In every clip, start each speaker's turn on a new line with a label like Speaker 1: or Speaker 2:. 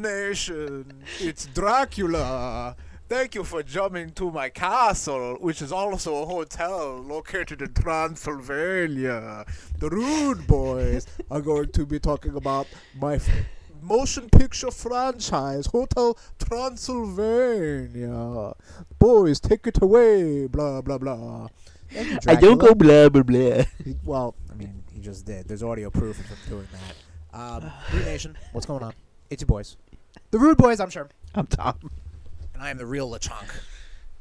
Speaker 1: magician. It's Dracula. Thank you for coming to my castle, which is also a hotel located in Transylvania. The Rude Boys are going to be talking about my f- motion picture franchise, Hotel Transylvania. Boys, take it away, blah, blah, blah. Thank you,
Speaker 2: I don't go blah
Speaker 1: Dracula.
Speaker 2: blah blah.
Speaker 1: He- Well, I mean, he just did. There's audio proof of him doing that. Um, Rude Nation, what's going on? It's your boys. The Rude Boys, I'm sure.
Speaker 2: I'm Tom.
Speaker 1: And I am the real LeChonk.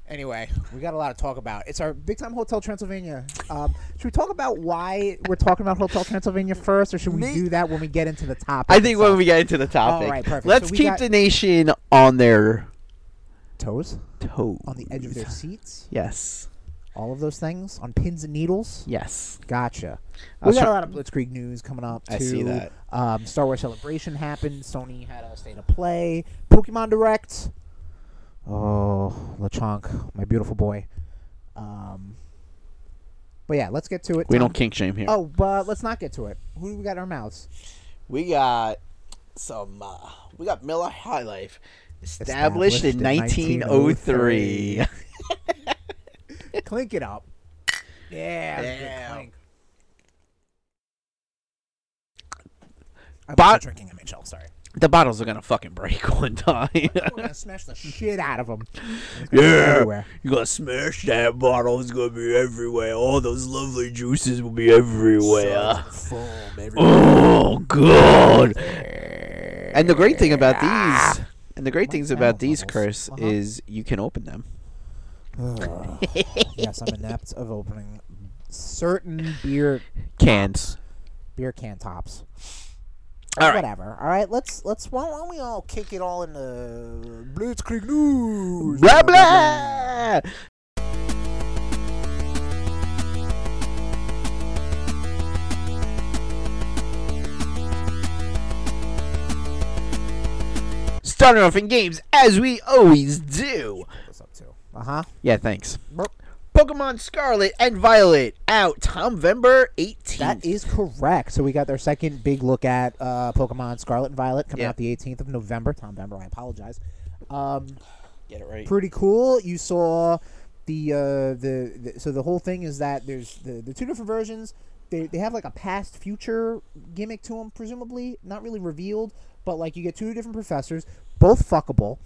Speaker 1: Anyway, we got a lot to talk about. It's our Big Time Hotel Transylvania. Um, should we talk about why we're talking about Hotel Transylvania first, or should we
Speaker 2: Me-
Speaker 1: do that when we get into the topic?
Speaker 2: I think when
Speaker 1: itself?
Speaker 2: we get into the topic,
Speaker 1: right, perfect.
Speaker 2: let's
Speaker 1: So we
Speaker 2: keep
Speaker 1: got-
Speaker 2: the nation on their
Speaker 1: Toes
Speaker 2: toes.
Speaker 1: on the edge of their seats,
Speaker 2: Yes.
Speaker 1: all of those things, on pins and needles.
Speaker 2: Yes.
Speaker 1: Gotcha.
Speaker 2: I
Speaker 1: We
Speaker 2: was
Speaker 1: got a
Speaker 2: try-
Speaker 1: lot of Blitzkrieg news coming up. Too.
Speaker 2: I see that.
Speaker 1: Um, Star Wars Celebration happened. Sony had a state of play. Pokemon Direct. Oh, LeChonk, my beautiful boy. Um, but yeah, let's get to it.
Speaker 2: We
Speaker 1: Tom.
Speaker 2: don't kink shame here.
Speaker 1: Oh, but let's not get to it. Who do we got in our mouths?
Speaker 2: We got some. Uh, we got Miller High Life, established, in
Speaker 1: Established in
Speaker 2: 1903.
Speaker 1: clink it up. Yeah, that was a good
Speaker 2: Yeah.
Speaker 1: clink. I'm
Speaker 2: Bot-
Speaker 1: still drinking MHL. Sorry,
Speaker 2: the bottles are gonna fucking break one time.
Speaker 1: we're gonna smash the shit out of them.
Speaker 2: yeah,
Speaker 1: everywhere.
Speaker 2: you gonna smash that bottle. It's gonna be everywhere. All those lovely juices will be everywhere.
Speaker 1: Foam everywhere.
Speaker 2: Oh god! And the great thing about these, and the great
Speaker 1: My
Speaker 2: things about
Speaker 1: mouth
Speaker 2: these,
Speaker 1: bubbles.
Speaker 2: Chris,
Speaker 1: Uh-huh.
Speaker 2: is you can open them.
Speaker 1: Ugh. yes, I'm inept of opening certain beer
Speaker 2: Cans.
Speaker 1: beer can tops.
Speaker 2: All right.
Speaker 1: Whatever. All right, let's let's why don't we all kick it all into Blitzkrieg news?
Speaker 2: Blah blah. Starting off in games as we always do.
Speaker 1: What's up to? Uh huh.
Speaker 2: Yeah, thanks.
Speaker 1: Burp.
Speaker 2: Pokemon Scarlet and Violet out November 18th.
Speaker 1: That is correct. So we got their second big look at uh, Pokemon Scarlet and Violet coming
Speaker 2: Yeah.
Speaker 1: out the 18th of November. Tom Bember, I apologize. Um,
Speaker 2: Get it right.
Speaker 1: pretty cool. You saw the uh, the, the so the whole thing is that there's the, the two different versions. They, they have like a past future gimmick to them, presumably not really revealed, but like you get two different professors, both fuckable,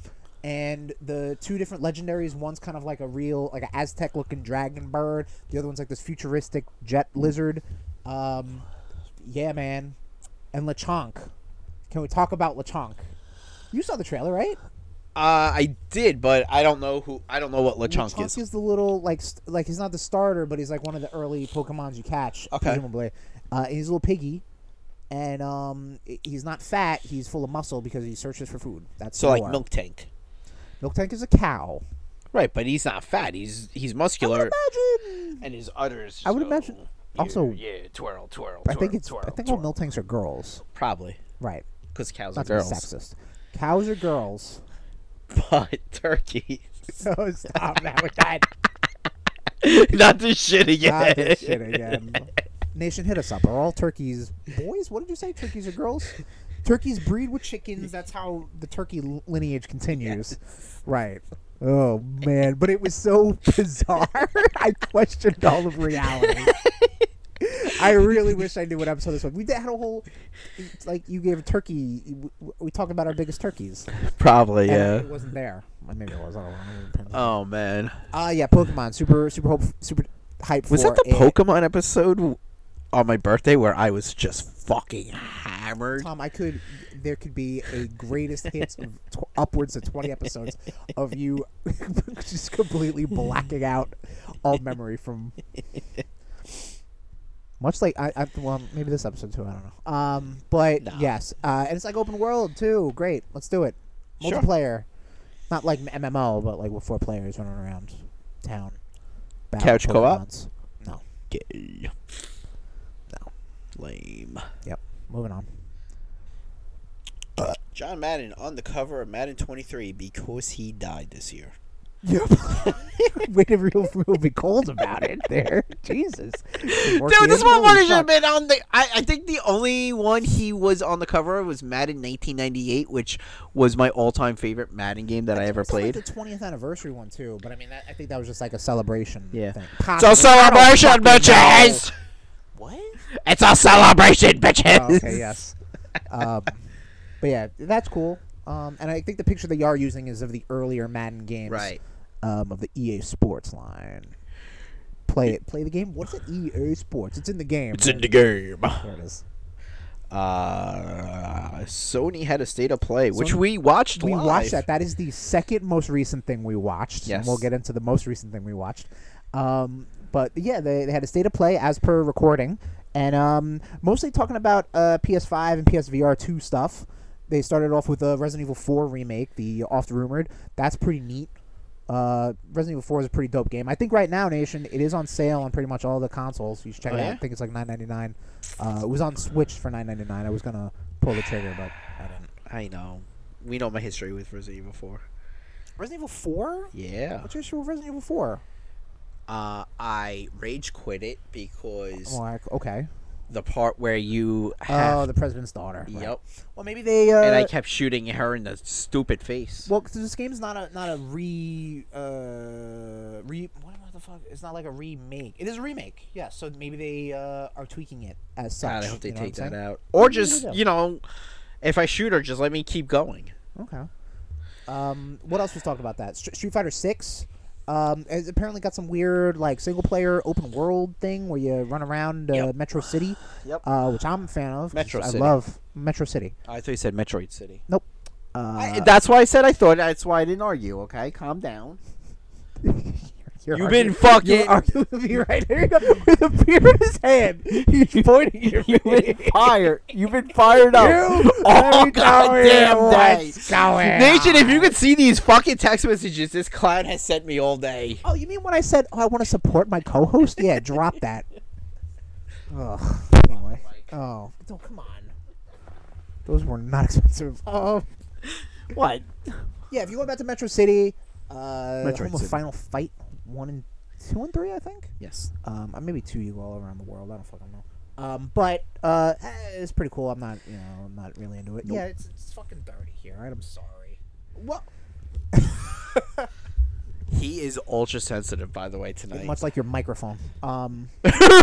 Speaker 1: and the two different legendaries. One's kind of like a real like an Aztec looking dragon bird. The other one's like this futuristic jet lizard. Um, yeah, man, and Lechonk. Can we talk about Lechonk? You saw the trailer, right?
Speaker 2: Uh, I did, but I don't know who. I don't know what
Speaker 1: Chunk
Speaker 2: Lechonk is.
Speaker 1: is the little like st- like he's not the starter, but he's like one of the early Pokemons you catch,
Speaker 2: Okay.
Speaker 1: presumably. Uh, and he's a little piggy, and um, i- he's not fat. He's full of muscle because he searches for food. That's
Speaker 2: So like
Speaker 1: lore.
Speaker 2: Milk Tank.
Speaker 1: Milk Tank is a cow.
Speaker 2: Right, but he's not fat. He's he's
Speaker 1: I
Speaker 2: muscular,
Speaker 1: would imagine.
Speaker 2: and his udders.
Speaker 1: I would
Speaker 2: go,
Speaker 1: imagine-
Speaker 2: yeah,
Speaker 1: also-
Speaker 2: yeah, twirl, twirl.
Speaker 1: I think
Speaker 2: twirl,
Speaker 1: it's
Speaker 2: twirl,
Speaker 1: I think all
Speaker 2: twirl.
Speaker 1: Milk Tanks are girls,
Speaker 2: probably
Speaker 1: right?
Speaker 2: because cows are
Speaker 1: Not to be
Speaker 2: girls,
Speaker 1: sexist. Cows are girls.
Speaker 2: but turkeys.
Speaker 1: So stop that with that.
Speaker 2: not this shit again.
Speaker 1: God, this shit again. Nation, hit us up. Are all turkeys boys? What did you say? Turkeys are girls? Turkeys breed with chickens. That's how the turkey l- lineage continues. Right. Oh, man. But it was so bizarre. I questioned all of reality. I really wish I knew what episode this was. We did- had a whole, it's like, you gave a turkey. w- w- We talked about our biggest turkeys.
Speaker 2: Probably,
Speaker 1: and
Speaker 2: yeah.
Speaker 1: It wasn't there. Well, Maybe it was. I don't know.
Speaker 2: Oh man,
Speaker 1: Uh, yeah, Pokemon. Super, super, hope, super hype
Speaker 2: was
Speaker 1: for
Speaker 2: that the
Speaker 1: it.
Speaker 2: Pokemon episode on my birthday where I was just fucking hammered?
Speaker 1: Tom, I could. There could be a greatest hits of tw- upwards of twenty episodes of you just completely blacking out all memory from. Much like I, I, well, maybe this episode too. I don't know. Um, but
Speaker 2: Nah.
Speaker 1: yes, uh, and it's like open world too. Great, let's do it.
Speaker 2: Sure.
Speaker 1: Multiplayer, not like MMO, but like with four players running around town. Battle
Speaker 2: Couch co-op?
Speaker 1: Pokemons. No.
Speaker 2: Gay. No, lame.
Speaker 1: Yep. Moving on.
Speaker 2: John Madden on the cover of Madden 23 because he died this year.
Speaker 1: Yep. Way to real, real be cold about it there. Jesus.
Speaker 2: Dude, this one
Speaker 1: Holy
Speaker 2: should have
Speaker 1: fuck.
Speaker 2: been on the. I, I think the only one he was on the cover of was Madden 1998, which was my all-time favorite Madden game that I, ever
Speaker 1: It's not
Speaker 2: played.
Speaker 1: like the 20th anniversary one, too, but I mean, that, I think that was just like a celebration
Speaker 2: Yeah.
Speaker 1: thing.
Speaker 2: So
Speaker 1: Possibly. I don't
Speaker 2: celebration,
Speaker 1: fucking know.
Speaker 2: bitches!
Speaker 1: What?
Speaker 2: It's a celebration, bitches!
Speaker 1: Oh, okay, yes. Um, but yeah, that's cool. Um, and I think the picture they are using is of the earlier Madden games,
Speaker 2: Right.
Speaker 1: Um, of the EA Sports line. Play it. Play the game. What's it? EA Sports. It's in the game.
Speaker 3: It's in the game.
Speaker 1: there it is.
Speaker 2: Uh, Sony had a state of play, which
Speaker 1: Sony-
Speaker 2: we watched.
Speaker 1: We
Speaker 2: live.
Speaker 1: watched that. That is the second most recent thing we watched. and we'll
Speaker 2: Yes.
Speaker 1: get into the most recent thing we watched. Um, but yeah, they, they had a state of play as per recording, and um, mostly talking about uh, PS5 and PSVR two stuff. They started off with a Resident Evil 4 remake, the oft rumored. That's pretty neat. Uh, Resident Evil 4 is a pretty dope game. I think right now, Nation, it is on sale on pretty much all the consoles. You should check
Speaker 2: Oh,
Speaker 1: it out.
Speaker 2: yeah?
Speaker 1: I think it's like 9.99. Uh, it was on Switch for 9.99. I was gonna pull the trigger, but I didn't.
Speaker 2: I know. We know my history with Resident Evil 4.
Speaker 1: Resident Evil 4?
Speaker 2: Yeah.
Speaker 1: What's your issue with Resident Evil 4?
Speaker 2: Uh, I rage quit it because
Speaker 1: Like, okay.
Speaker 2: the part where you have.
Speaker 1: Oh, the president's daughter. right.
Speaker 2: yep.
Speaker 1: Well, maybe they. Uh,
Speaker 2: and I kept shooting her in the stupid face.
Speaker 1: well, 'cause this game's not a not a re uh re what, what the fuck? It's not like a remake. It is a remake. Yeah. So maybe they uh, are tweaking it as such.
Speaker 2: God, I hope they
Speaker 1: you know what
Speaker 2: take
Speaker 1: I'm
Speaker 2: that
Speaker 1: saying?
Speaker 2: out. Or
Speaker 1: Maybe they
Speaker 2: just,
Speaker 1: do.
Speaker 2: you know, if I shoot her, just let me keep going.
Speaker 1: Okay. Um, what else was talked about that? Str- Street Fighter Six. Um, it's apparently got some weird like single player open world thing where you run around uh,
Speaker 2: Yep.
Speaker 1: Metro City.
Speaker 2: Yep.
Speaker 1: Uh, which I'm a fan of. 'cause
Speaker 2: Metro
Speaker 1: I
Speaker 2: City.
Speaker 1: love Metro City.
Speaker 2: I thought you said Metroid City.
Speaker 1: Nope. Uh,
Speaker 2: that's why I said I thought. That's why I didn't argue. Okay, calm down.
Speaker 1: You're
Speaker 2: You've
Speaker 1: arguing-
Speaker 2: been fucking-
Speaker 1: You're arguing with me right here with a beer in his hand. He's pointing at me.
Speaker 2: Fire! You've been fired up.
Speaker 1: You
Speaker 2: all
Speaker 1: very
Speaker 2: goddamn
Speaker 1: know
Speaker 2: day.
Speaker 1: what's going
Speaker 2: Nation, if you
Speaker 1: on.
Speaker 2: could see these fucking text messages this clown has sent me all day.
Speaker 1: Oh, you mean when I said oh, I want to support my co-host? Yeah, drop that. Ugh. Anyway. Oh, no, come on. Those were not expensive. Oh,
Speaker 2: What?
Speaker 1: yeah. If you go back to Metro City, uh,
Speaker 2: Metro
Speaker 1: home of
Speaker 2: City.
Speaker 1: Final Fight one and two and three, I think.
Speaker 2: Yes.
Speaker 1: Um, uh, maybe two you all around the world. I don't fucking know. Um, but uh, eh, it's pretty cool. I'm not, you know, I'm not really into it. Yeah, it's, it's fucking dirty here. Right? I'm sorry. Well,
Speaker 2: He is ultra sensitive, by the way, tonight.
Speaker 1: much like your microphone. Um,
Speaker 2: Because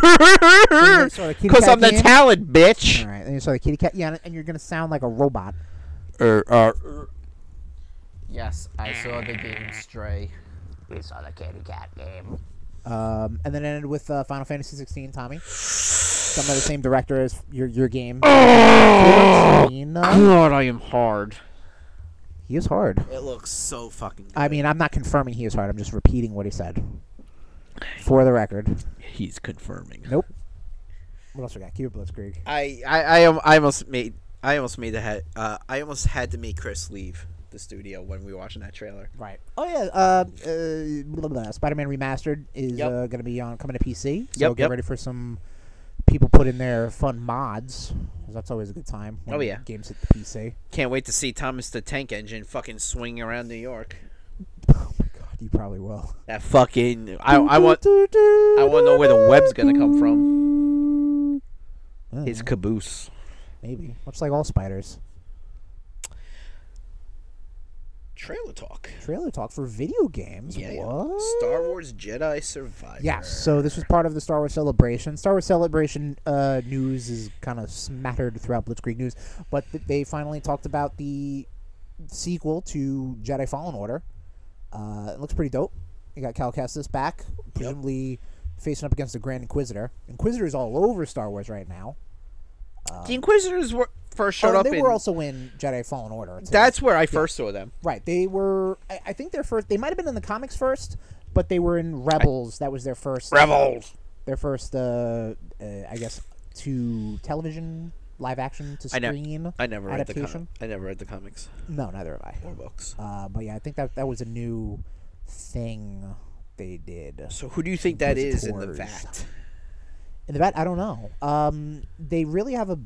Speaker 2: I'm the talent, bitch.
Speaker 1: all right. And you saw the kitty cat. Yeah, and you're gonna sound like a robot.
Speaker 3: Er, er, er.
Speaker 2: Yes, I saw the game Stray.
Speaker 4: We saw the kitty cat game.
Speaker 1: Um, and then it ended with uh, Final Fantasy 16. Tommy, some of the same director as your your game. Arena.
Speaker 2: God, I am hard.
Speaker 1: He is hard.
Speaker 2: It looks so fucking. Good.
Speaker 1: I mean, I'm not confirming he is hard. I'm just repeating what he said. For the record.
Speaker 2: he's confirming.
Speaker 1: Nope. What else we got? Keep it Blitzkrieg.
Speaker 2: I, I, I, am, I almost made, I almost made the head. Uh, I almost had to make Chris leave the studio when we were watching that trailer.
Speaker 1: Right. Oh yeah. Uh, uh, blah, blah, blah. Spider-Man Remastered is
Speaker 2: Yep.
Speaker 1: uh, going to be on coming to PC. So
Speaker 2: Yep,
Speaker 1: get
Speaker 2: yep.
Speaker 1: ready for some people put in their fun mods. 'cause that's always a good time. when
Speaker 2: Oh, yeah.
Speaker 1: Games hit the PC.
Speaker 2: Can't wait to see Thomas the Tank Engine fucking swinging around New York.
Speaker 1: Oh my god, you probably will.
Speaker 2: That fucking. I, I want, I want to know where the web's gonna come from.
Speaker 1: I don't
Speaker 2: His
Speaker 1: know,
Speaker 2: caboose.
Speaker 1: maybe much like all spiders.
Speaker 2: Trailer talk.
Speaker 1: Trailer talk for video games.
Speaker 2: Yeah.
Speaker 1: What?
Speaker 2: Star Wars Jedi Survivor.
Speaker 1: Yeah, so this was part of the Star Wars Celebration. Star Wars Celebration uh, news is kind of smattered throughout Blitzkrieg news, but th- they finally talked about the sequel to Jedi Fallen Order. Uh, it looks pretty dope. You got Cal Kestis back, presumably facing up against the Grand Inquisitor. Inquisitor's all over Star Wars right now.
Speaker 2: the Inquisitors were first showed
Speaker 1: Oh,
Speaker 2: up.
Speaker 1: they
Speaker 2: in,
Speaker 1: were also in Jedi Fallen Order. too.
Speaker 2: That's where I first saw them.
Speaker 1: right. They were. I, I think their first. They might have been in the comics first, but they were in Rebels. that was their first.
Speaker 2: Rebels.
Speaker 1: their first uh, uh I guess to television live action to
Speaker 2: I know.
Speaker 1: screen.
Speaker 2: I never read the
Speaker 1: Adaptation?
Speaker 2: com- I never read the comics
Speaker 1: No, neither have I.
Speaker 2: or books.
Speaker 1: Uh, but yeah, I think that that was a new thing they did.
Speaker 2: So who do you think that is in the
Speaker 1: Inquisitors.
Speaker 2: vat?
Speaker 1: In the bat, I don't know. Um, they really have a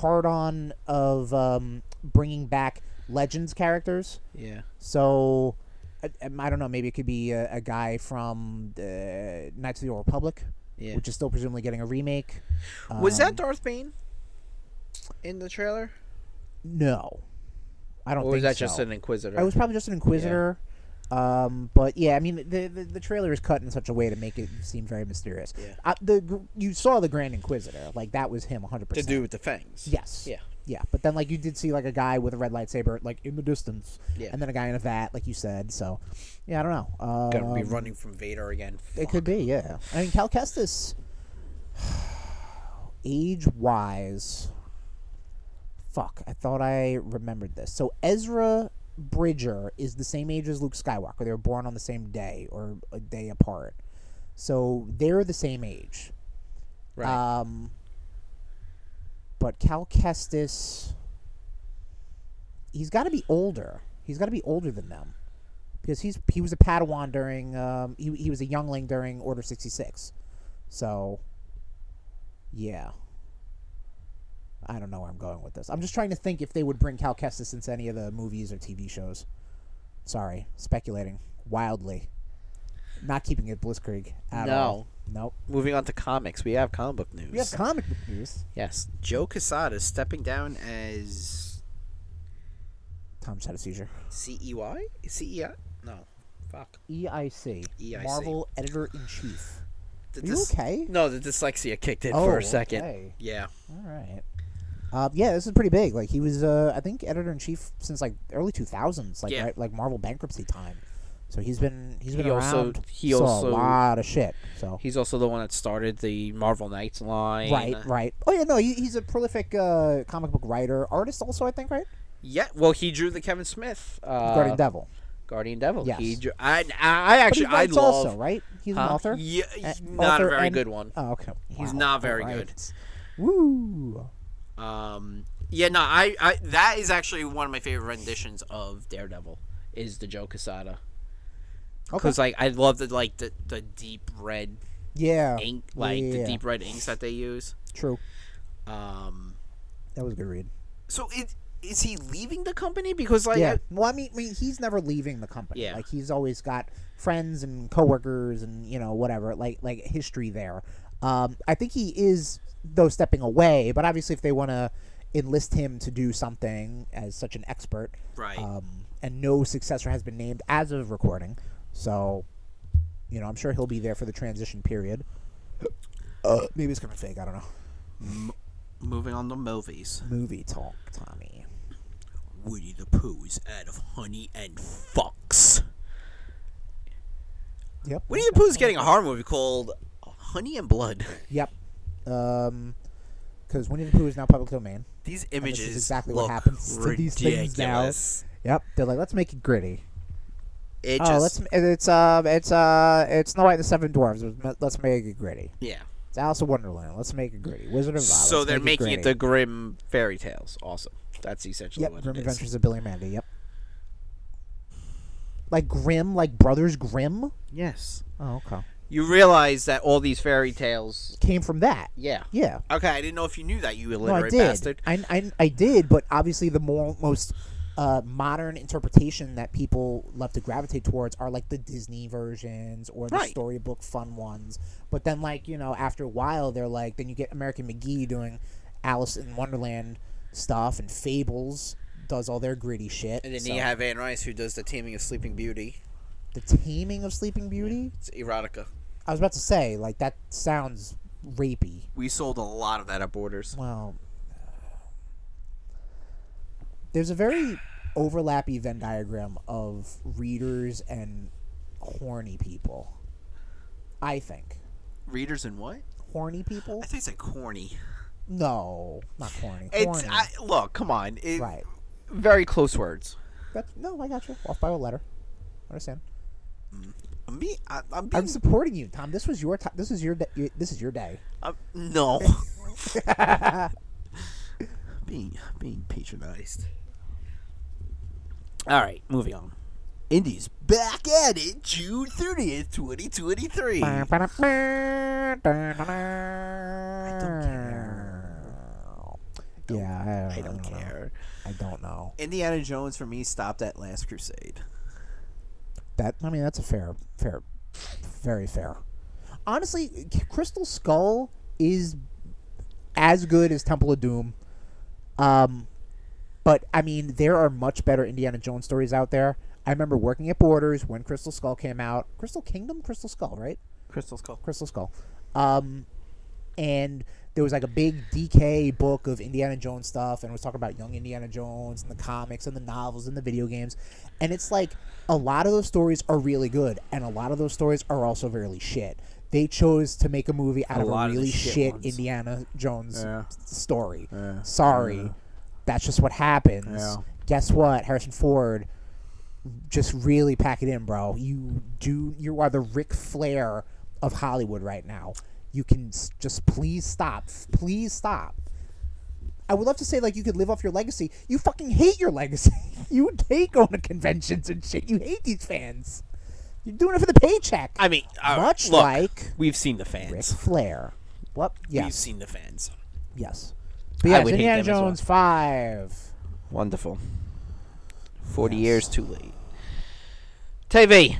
Speaker 1: hard on of um, bringing back legends characters.
Speaker 2: Yeah.
Speaker 1: So I, um, I don't know. Maybe it could be a, a guy from the Knights of the Old Republic,
Speaker 2: Yeah.
Speaker 1: which is still presumably getting a remake.
Speaker 2: was
Speaker 1: Um,
Speaker 2: that Darth Bane in the trailer,
Speaker 1: no? I don't.
Speaker 2: or
Speaker 1: think
Speaker 2: was that
Speaker 1: so.
Speaker 2: just an Inquisitor?
Speaker 1: I was probably just an inquisitor. Um, but yeah, I mean the, the the trailer is cut in such a way to make it seem very mysterious.
Speaker 2: Yeah.
Speaker 1: Uh, the gr- you saw the Grand Inquisitor, like that was him, hundred
Speaker 2: to
Speaker 1: percent.
Speaker 2: do with the fangs.
Speaker 1: Yes.
Speaker 2: Yeah.
Speaker 1: Yeah, but then like you did see like a guy with a red lightsaber like in the distance,
Speaker 2: Yeah.
Speaker 1: and then a guy in a vat, like you said. So, yeah, I don't know. Um,
Speaker 2: Gonna be running from Vader again.
Speaker 1: It could be, yeah. I mean, Cal Kestis, age wise, fuck. I thought I remembered this. So Ezra Bridger is the same age as Luke Skywalker. They were born on the same day or a day apart. So they're the same age.
Speaker 2: Right.
Speaker 1: Um, but Cal Kestis, he's got to be older. He's got to be older than them because he's he was a Padawan during um, he he was a youngling during Order sixty six, so yeah. I don't know where I'm going with this. I'm just trying to think if they would bring Cal Kestis into any of the movies or TV shows. Sorry, speculating wildly. Not keeping it blitzkrieg at all. Nope.
Speaker 2: Moving on to comics, we have comic book news.
Speaker 1: We have comic book news.
Speaker 2: yes, Joe Quesada is stepping down as E
Speaker 1: Tom had a seizure.
Speaker 2: CEY? CEI? No. Fuck.
Speaker 1: EIC.
Speaker 2: EIC.
Speaker 1: E Marvel Editor in Chief.
Speaker 2: The
Speaker 1: Are you
Speaker 2: dys-
Speaker 1: okay?
Speaker 2: No, the dyslexia kicked in
Speaker 1: Oh,
Speaker 2: for a second.
Speaker 1: okay.
Speaker 2: Yeah.
Speaker 1: All right. Uh, yeah, this is pretty big. Like he was, uh, I think, editor in chief since like early two thousands, like
Speaker 2: Yeah.
Speaker 1: right, like Marvel bankruptcy time. So he's been he's been
Speaker 2: He
Speaker 1: around.
Speaker 2: also- he
Speaker 1: saw
Speaker 2: also-
Speaker 1: a lot of shit. So
Speaker 2: He's also the one that started the Marvel Knights line.
Speaker 1: right, right. Oh yeah, no, he, he's a prolific uh, comic book writer, artist also. I think right.
Speaker 2: Yeah. Well, he drew the Kevin Smith uh,
Speaker 1: Guardian Devil.
Speaker 2: Guardian Devil.
Speaker 1: Yes.
Speaker 2: He drew, I, I I
Speaker 1: But he
Speaker 2: actually I
Speaker 1: writes
Speaker 2: love.
Speaker 1: also right. He's an
Speaker 2: Huh?
Speaker 1: author.
Speaker 2: Yeah,
Speaker 1: Uh,
Speaker 2: he's not
Speaker 1: author
Speaker 2: a very
Speaker 1: and-
Speaker 2: good one.
Speaker 1: Oh okay.
Speaker 2: He's
Speaker 1: Wow.
Speaker 2: not very
Speaker 1: All
Speaker 2: good.
Speaker 1: right. Woo.
Speaker 2: Um, yeah, no, I, I that is actually one of my favorite renditions of Daredevil is the Joe Quesada.
Speaker 1: Okay.
Speaker 2: Because like I love the like the, the deep red
Speaker 1: Yeah.
Speaker 2: ink, like
Speaker 1: yeah.
Speaker 2: the deep red inks that they use.
Speaker 1: True.
Speaker 2: Um,
Speaker 1: That was a good read.
Speaker 2: so it is he leaving the company because like
Speaker 1: yeah.
Speaker 2: I-
Speaker 1: Well, I mean, I mean, he's never leaving the company.
Speaker 2: Yeah.
Speaker 1: Like he's always got friends and coworkers and you know whatever, like like history there. Um, I think he is though stepping away, but obviously if they want to enlist him to do something as such an expert,
Speaker 2: Right.
Speaker 1: Um, and no successor has been named as of recording, so you know I'm sure he'll be there for the transition period. Uh, maybe it's gonna fake. I don't know.
Speaker 2: moving on to movies.
Speaker 1: Movie talk, Tommy.
Speaker 2: Woody the Pooh is out of honey and fox.
Speaker 1: Yep.
Speaker 2: Woody the Pooh is getting a horror movie called Honey and Blood.
Speaker 1: Yep. Um, because Winnie the Pooh is now public domain.
Speaker 2: These
Speaker 1: this is
Speaker 2: images
Speaker 1: exactly what
Speaker 2: look
Speaker 1: happens to these
Speaker 2: ridiculous.
Speaker 1: things now. Yep. They're like, let's make it gritty.
Speaker 2: It
Speaker 1: oh,
Speaker 2: just,
Speaker 1: let's. m- It's um, it's uh, it's Snow White and the Seven Dwarfs. Let's make it gritty.
Speaker 2: yeah.
Speaker 1: It's Alice in Wonderland. Let's make it gritty. Wizard of Oz.
Speaker 2: So
Speaker 1: let's
Speaker 2: they're
Speaker 1: make
Speaker 2: making it,
Speaker 1: gritty.
Speaker 2: the Grim fairy tales. Awesome. That's essentially
Speaker 1: Yep.
Speaker 2: what
Speaker 1: Grim
Speaker 2: it is.
Speaker 1: Adventures of Billy and Mandy. Yep. Like Grimm, like Brothers Grimm.
Speaker 2: Yes.
Speaker 1: Oh, okay.
Speaker 2: You realize that all these fairy tales.
Speaker 1: Came from that.
Speaker 2: Yeah.
Speaker 1: Yeah.
Speaker 2: Okay, I didn't know if you knew that, you
Speaker 1: No, I
Speaker 2: illiterate
Speaker 1: did.
Speaker 2: bastard.
Speaker 1: I, I, I did, but obviously the more most uh, modern interpretation that people love to gravitate towards are like the Disney versions or the
Speaker 2: Right.
Speaker 1: storybook fun ones. But then, like you know, after a while, they're like then you get American McGee doing Alice in Wonderland stuff and Fables does all their gritty shit.
Speaker 2: And then
Speaker 1: So,
Speaker 2: you have Anne Rice, who does the Taming of Sleeping Beauty.
Speaker 1: the Taming of Sleeping Beauty.
Speaker 2: It's erotica.
Speaker 1: I was about to say like that sounds rapey.
Speaker 2: We sold a lot of that at Borders.
Speaker 1: Well, there's a very overlappy Venn diagram of readers and horny people. I think
Speaker 2: Readers and what?
Speaker 1: horny people.
Speaker 2: I think it's like corny.
Speaker 1: No, not horny.
Speaker 2: It's
Speaker 1: horny.
Speaker 2: I, look, come on. It,
Speaker 1: right.
Speaker 2: Very close words.
Speaker 1: That's, no, I got you. Off by a letter. Understand?
Speaker 2: Me, I, I'm being.
Speaker 1: I'm supporting you, Tom. This was your time. This is your. day. this is your day.
Speaker 2: I'm- Uh, no. being being patronized. All right, moving on. Indies back at it, June thirtieth, twenty twenty three.
Speaker 1: I don't care. Yeah, I
Speaker 2: I don't
Speaker 1: know.
Speaker 2: care.
Speaker 1: I don't know.
Speaker 2: Indiana Jones for me stopped at Last Crusade.
Speaker 1: That I mean, that's a fair, fair, very fair. Honestly, C- Crystal Skull is as good as Temple of Doom. Um, but I mean, there are much better Indiana Jones stories out there. I remember working at Borders when Crystal Skull came out. Crystal Kingdom, Crystal Skull, right?
Speaker 2: Crystal Skull.
Speaker 1: Crystal Skull. Um, and there was like a big DK book of Indiana Jones stuff, and it was talking about young Indiana Jones and the comics and the novels and the video games. And it's like a lot of those stories are really good, and a lot of those stories are also really shit. They chose to make a movie out of
Speaker 2: lot
Speaker 1: a
Speaker 2: of the
Speaker 1: really
Speaker 2: shit
Speaker 1: shit,
Speaker 2: ones.
Speaker 1: Indiana Jones
Speaker 2: Yeah.
Speaker 1: s- story.
Speaker 2: Yeah.
Speaker 1: Sorry, that's just what happens.
Speaker 2: Yeah.
Speaker 1: Guess what, Harrison Ford just really pack it in, bro. You do. You are the Ric Flair of Hollywood right now. You can s- just please stop. Please stop. I would love to say like you could live off your legacy. You fucking hate your legacy. you hate going to conventions and shit. You hate these fans. You're doing it for the paycheck.
Speaker 5: I mean, uh,
Speaker 1: much
Speaker 5: look,
Speaker 1: like
Speaker 5: we've seen the
Speaker 1: Ric
Speaker 5: fans.
Speaker 1: Flair. What?
Speaker 5: We've
Speaker 1: Yes.
Speaker 5: seen the fans.
Speaker 1: Yes. But
Speaker 5: I
Speaker 1: yes,
Speaker 5: would hate
Speaker 1: Indiana
Speaker 5: them as well.
Speaker 1: Jones five.
Speaker 2: Wonderful. Forty
Speaker 1: Yes.
Speaker 2: years too late. TV.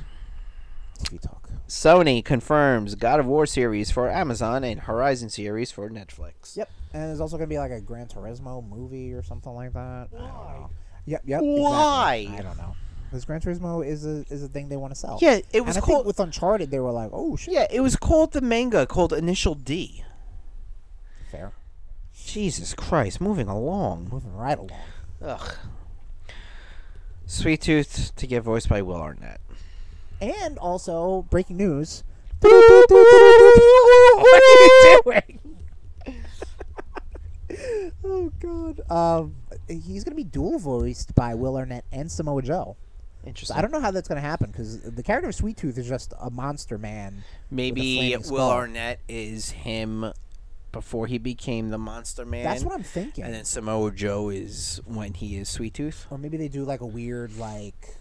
Speaker 1: TV talk.
Speaker 2: Sony confirms God of War series for Amazon and Horizon series for Netflix.
Speaker 1: Yep, and there's also gonna be like a Gran Turismo movie or something like that. I don't know. Yep, yep. exactly.
Speaker 2: Why?
Speaker 1: I don't know. Because Gran Turismo is a is a thing they want to sell.
Speaker 2: Yeah, it
Speaker 1: and
Speaker 2: was
Speaker 1: I
Speaker 2: called.
Speaker 1: think with Uncharted they were like, oh shit,
Speaker 2: yeah, it was called the manga called Initial D.
Speaker 1: fair,
Speaker 2: Jesus Christ, moving along.
Speaker 1: moving right along.
Speaker 2: Ugh. Sweet Tooth to get voiced by Will Arnett.
Speaker 1: And also breaking news.
Speaker 2: what are you doing?
Speaker 1: Oh god. Um, he's gonna be dual voiced by Will Arnett and Samoa Joe. So
Speaker 2: Interesting.
Speaker 1: I don't know how that's gonna happen because the character of Sweet Tooth is just a monster man.
Speaker 2: Maybe
Speaker 1: flaming
Speaker 2: Will
Speaker 1: skull.
Speaker 2: Arnett is him before he became the Monster Man.
Speaker 1: That's what I'm thinking.
Speaker 2: And then Samoa Joe is when he is Sweet Tooth.
Speaker 1: or maybe they do like a weird like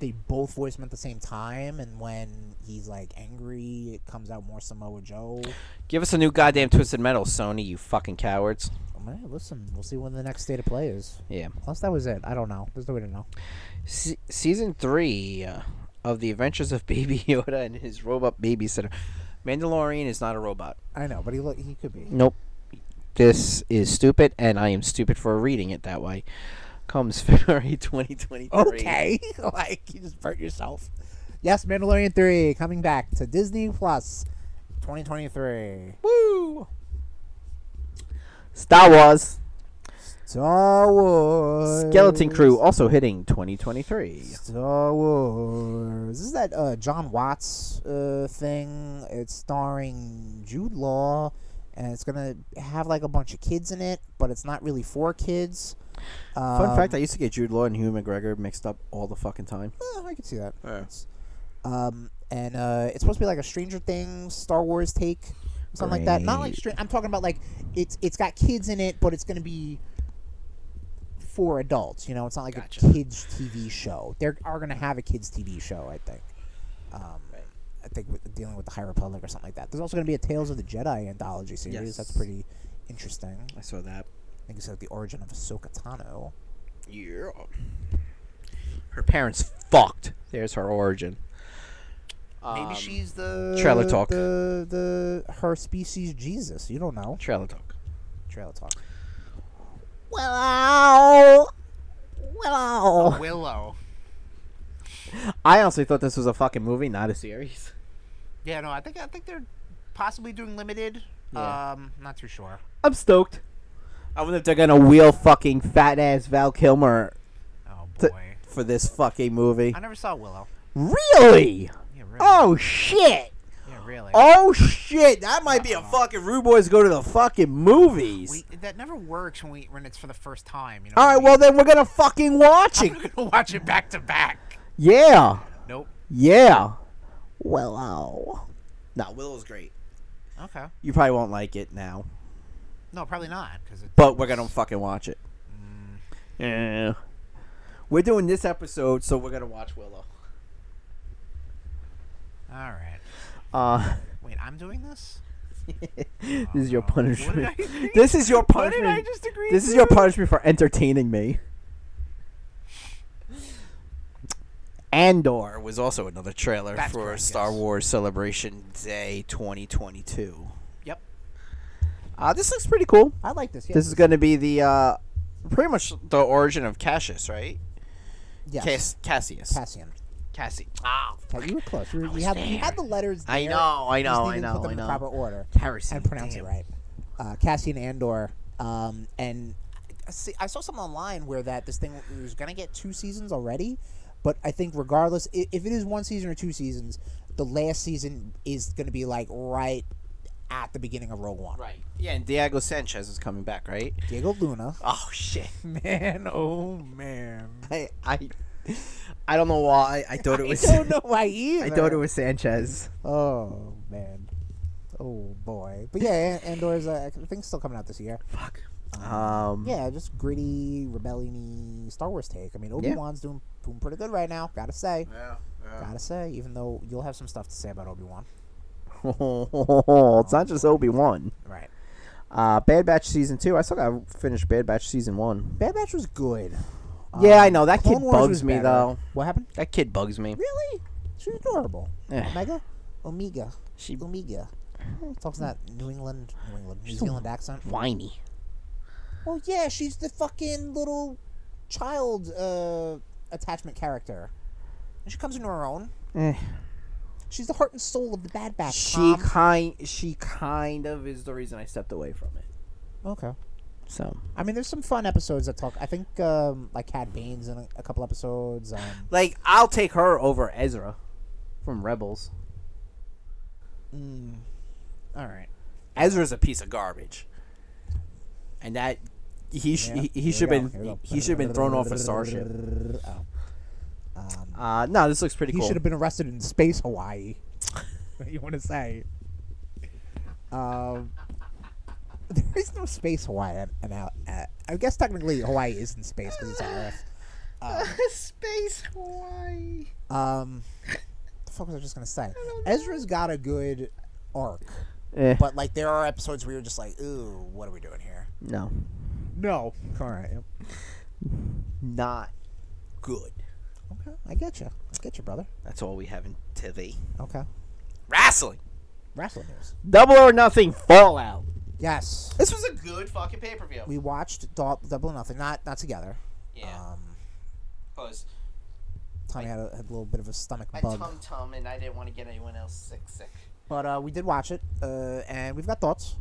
Speaker 1: they both voice him at the same time and when he's like angry it comes out more samoa joe
Speaker 2: Give us a new goddamn Twisted Metal, Sony, you fucking cowards.
Speaker 1: i listen we'll see when the next state of play is
Speaker 2: Yeah.
Speaker 1: unless that was it i don't know there's no way to know
Speaker 2: Se- season three uh, of The Adventures of Baby Yoda and his robot babysitter. Mandalorian is not a robot.
Speaker 1: i know but he look he could be
Speaker 2: Nope. This is stupid, and I am stupid for reading it that way. Comes February 2023.
Speaker 1: okay like you just burnt yourself yes mandalorian 3 coming back to disney plus 2023
Speaker 2: Woo! Star Wars.
Speaker 1: star wars
Speaker 2: Skeleton Crew also hitting 2023.
Speaker 1: Star Wars. This is that uh, John Watts uh, thing. It's starring Jude Law, and it's gonna have like a bunch of kids in it, but it's not really for kids. Um,
Speaker 2: Fun fact I used to get Jude Law and Hugh McGregor mixed up all the fucking time.
Speaker 1: eh, I could see that.
Speaker 2: Yeah.
Speaker 1: It's- Um, and uh, it's supposed to be like a Stranger Things Star Wars take, something like that. Not like
Speaker 2: Great.
Speaker 1: Str- I'm talking about like it's it's got kids in it, but it's gonna be for adults. You know, it's not like
Speaker 2: Gotcha.
Speaker 1: a kids TV show. They are gonna have a kids TV show, I think. Um, I think with dealing with the High Republic or something like that. There's also gonna be a Tales of the Jedi anthology series. That's
Speaker 2: Yes.
Speaker 1: pretty interesting.
Speaker 2: I saw that.
Speaker 1: I think it's like the origin of Ahsoka Tano.
Speaker 2: Yeah. Her parents fucked. There's her origin.
Speaker 5: Maybe
Speaker 2: Um,
Speaker 5: she's the
Speaker 2: Trailer talk.
Speaker 1: The the her species Jesus. You don't know.
Speaker 2: Trailer talk.
Speaker 1: Trailer talk. Well, well.
Speaker 5: Willow.
Speaker 2: Oh, I honestly thought this was a fucking movie, not a series.
Speaker 5: Yeah, no, I think I think they're possibly doing limited.
Speaker 2: Yeah.
Speaker 5: Um, not too sure.
Speaker 2: I'm stoked. I wonder if they're gonna wheel fucking fat ass Val Kilmer
Speaker 5: Oh
Speaker 2: Th-
Speaker 5: boy,
Speaker 2: for this fucking movie.
Speaker 5: I never saw Willow.
Speaker 2: Really?
Speaker 5: Yeah, really.
Speaker 2: Oh shit!
Speaker 5: yeah, really.
Speaker 2: Oh shit! That might be a fucking Rude Boys go to the fucking movies.
Speaker 5: Uh-huh. We, that never works when we when it's for the first time. You know.
Speaker 2: All right, well then we're gonna fucking watch it.
Speaker 5: I'm gonna watch it back to back.
Speaker 2: Yeah,
Speaker 5: Nope.
Speaker 2: yeah. Willow. Nah, Willow's great.
Speaker 5: Okay.
Speaker 2: You probably won't like it now,
Speaker 5: No, probably not. Because
Speaker 2: but we're gonna fucking watch it. Mm. Yeah. We're doing this episode, so we're gonna watch Willow.
Speaker 5: all right.
Speaker 2: Uh,
Speaker 5: Wait, I'm doing this. Uh,
Speaker 2: this is your punishment.
Speaker 5: What did I think?
Speaker 2: This is your
Speaker 5: What
Speaker 2: punishment.
Speaker 5: did I just agree?
Speaker 2: This is your punishment for entertaining me. Andor was also another trailer
Speaker 5: That's
Speaker 2: for
Speaker 5: correct,
Speaker 2: Star
Speaker 5: yes.
Speaker 2: Wars Celebration Day 2022.
Speaker 5: Yep.
Speaker 2: Uh, this looks pretty cool.
Speaker 1: I like this. Yeah.
Speaker 2: This is going to be the uh, pretty much the origin of Cassius, right?
Speaker 1: yes.
Speaker 2: Cass- Cassius.
Speaker 1: Cassian.
Speaker 2: Cassie. Ah,
Speaker 1: Ca- You were close. You, were- you, had, you had the letters.
Speaker 2: I
Speaker 1: there.
Speaker 2: know, I
Speaker 1: You just
Speaker 2: know,
Speaker 1: needed
Speaker 2: I
Speaker 1: to
Speaker 2: know,
Speaker 1: Put them
Speaker 2: I
Speaker 1: in
Speaker 2: know.
Speaker 1: proper order
Speaker 2: Harrison.
Speaker 1: and pronounce
Speaker 2: damn.
Speaker 1: it right. Uh, Cassian Andor. Um, and I see, I saw something online where that this thing was gonna get two seasons already, but I think regardless, i- if it is one season or two seasons, the last season is gonna be like right at the beginning of Rogue One.
Speaker 2: Right. Yeah, and Diego Sanchez is coming back, right?
Speaker 1: Diego Luna.
Speaker 2: Oh shit.
Speaker 1: Man, oh man.
Speaker 2: I I, I don't know why. I thought it was.
Speaker 1: I don't know why either.
Speaker 2: I thought it was Sanchez.
Speaker 1: Oh man. Oh boy. But yeah, An- Andor's uh, I think still coming out this year.
Speaker 2: Fuck. Um.
Speaker 1: Uh, Yeah, just gritty, rebellion Star Wars take. I mean, Obi Wan's doing doing pretty good right now. Gotta say,
Speaker 2: Yeah.
Speaker 1: gotta say. Even though you'll have some stuff to say about Obi Wan,
Speaker 2: it's not just Obi Wan.
Speaker 1: right?
Speaker 2: Uh, Bad Batch season two. I still gotta finish Bad Batch season one.
Speaker 1: Bad Batch was good.
Speaker 2: yeah,
Speaker 1: Um,
Speaker 2: I know that
Speaker 1: Clone
Speaker 2: kid
Speaker 1: Wars
Speaker 2: bugs
Speaker 1: was
Speaker 2: me
Speaker 1: better.
Speaker 2: though.
Speaker 1: What happened?
Speaker 2: That kid bugs me.
Speaker 1: Really? She was adorable.
Speaker 2: Eh.
Speaker 1: Omega, Omega,
Speaker 2: She
Speaker 1: Omega. Talks that New England, New England, New
Speaker 2: She's a
Speaker 1: Zealand accent.
Speaker 2: whiny.
Speaker 1: Well, yeah, she's the fucking little child uh, attachment character. And she comes into her own.
Speaker 2: Eh.
Speaker 1: She's the heart and soul of the Bad Batch.
Speaker 2: She
Speaker 1: Tom.
Speaker 2: kind. She kind of is the reason I stepped away from it.
Speaker 1: okay.
Speaker 2: So.
Speaker 1: I mean, there's some fun episodes that talk. I think um, like Cad Bane's in a, a couple episodes. Um,
Speaker 2: Like I'll take her over Ezra from Rebels.
Speaker 1: all right.
Speaker 2: Ezra's a piece of garbage, and that he sh-
Speaker 1: Yeah,
Speaker 2: he, he
Speaker 1: here
Speaker 2: should
Speaker 1: we
Speaker 2: been
Speaker 1: go, here we go.
Speaker 2: he should have been thrown off a starship.
Speaker 1: Oh. Um,
Speaker 2: Uh, no, this looks pretty
Speaker 1: he
Speaker 2: cool.
Speaker 1: should have been arrested in space Hawaii. What you want to say? Um, there is no space Hawaii, and- and out. uh, I guess technically Hawaii is in space because it's on Earth.
Speaker 2: Space Hawaii.
Speaker 1: Um, the fuck was I just gonna say? Ezra's got a good arc,
Speaker 2: Eh,
Speaker 1: but like there are episodes where you're just like, ooh, what are we doing here?
Speaker 2: no,
Speaker 1: No. All right.
Speaker 2: not good.
Speaker 1: Okay. I get you. I get you, brother.
Speaker 2: That's all we have in TV.
Speaker 1: Okay.
Speaker 2: Wrestling.
Speaker 1: Wrestling news.
Speaker 2: Double or nothing. Fallout.
Speaker 1: Yes,
Speaker 2: This was a good fucking pay per view.
Speaker 1: we watched Dou- Double or Nothing. Not not together.
Speaker 2: Yeah,
Speaker 1: Um,
Speaker 2: because
Speaker 1: Tommy had a, had a little bit of a stomach
Speaker 2: I
Speaker 1: bug,
Speaker 2: tum tum and I didn't want to get anyone else sick. Sick.
Speaker 1: but uh, we did watch it, uh, and we've got thoughts.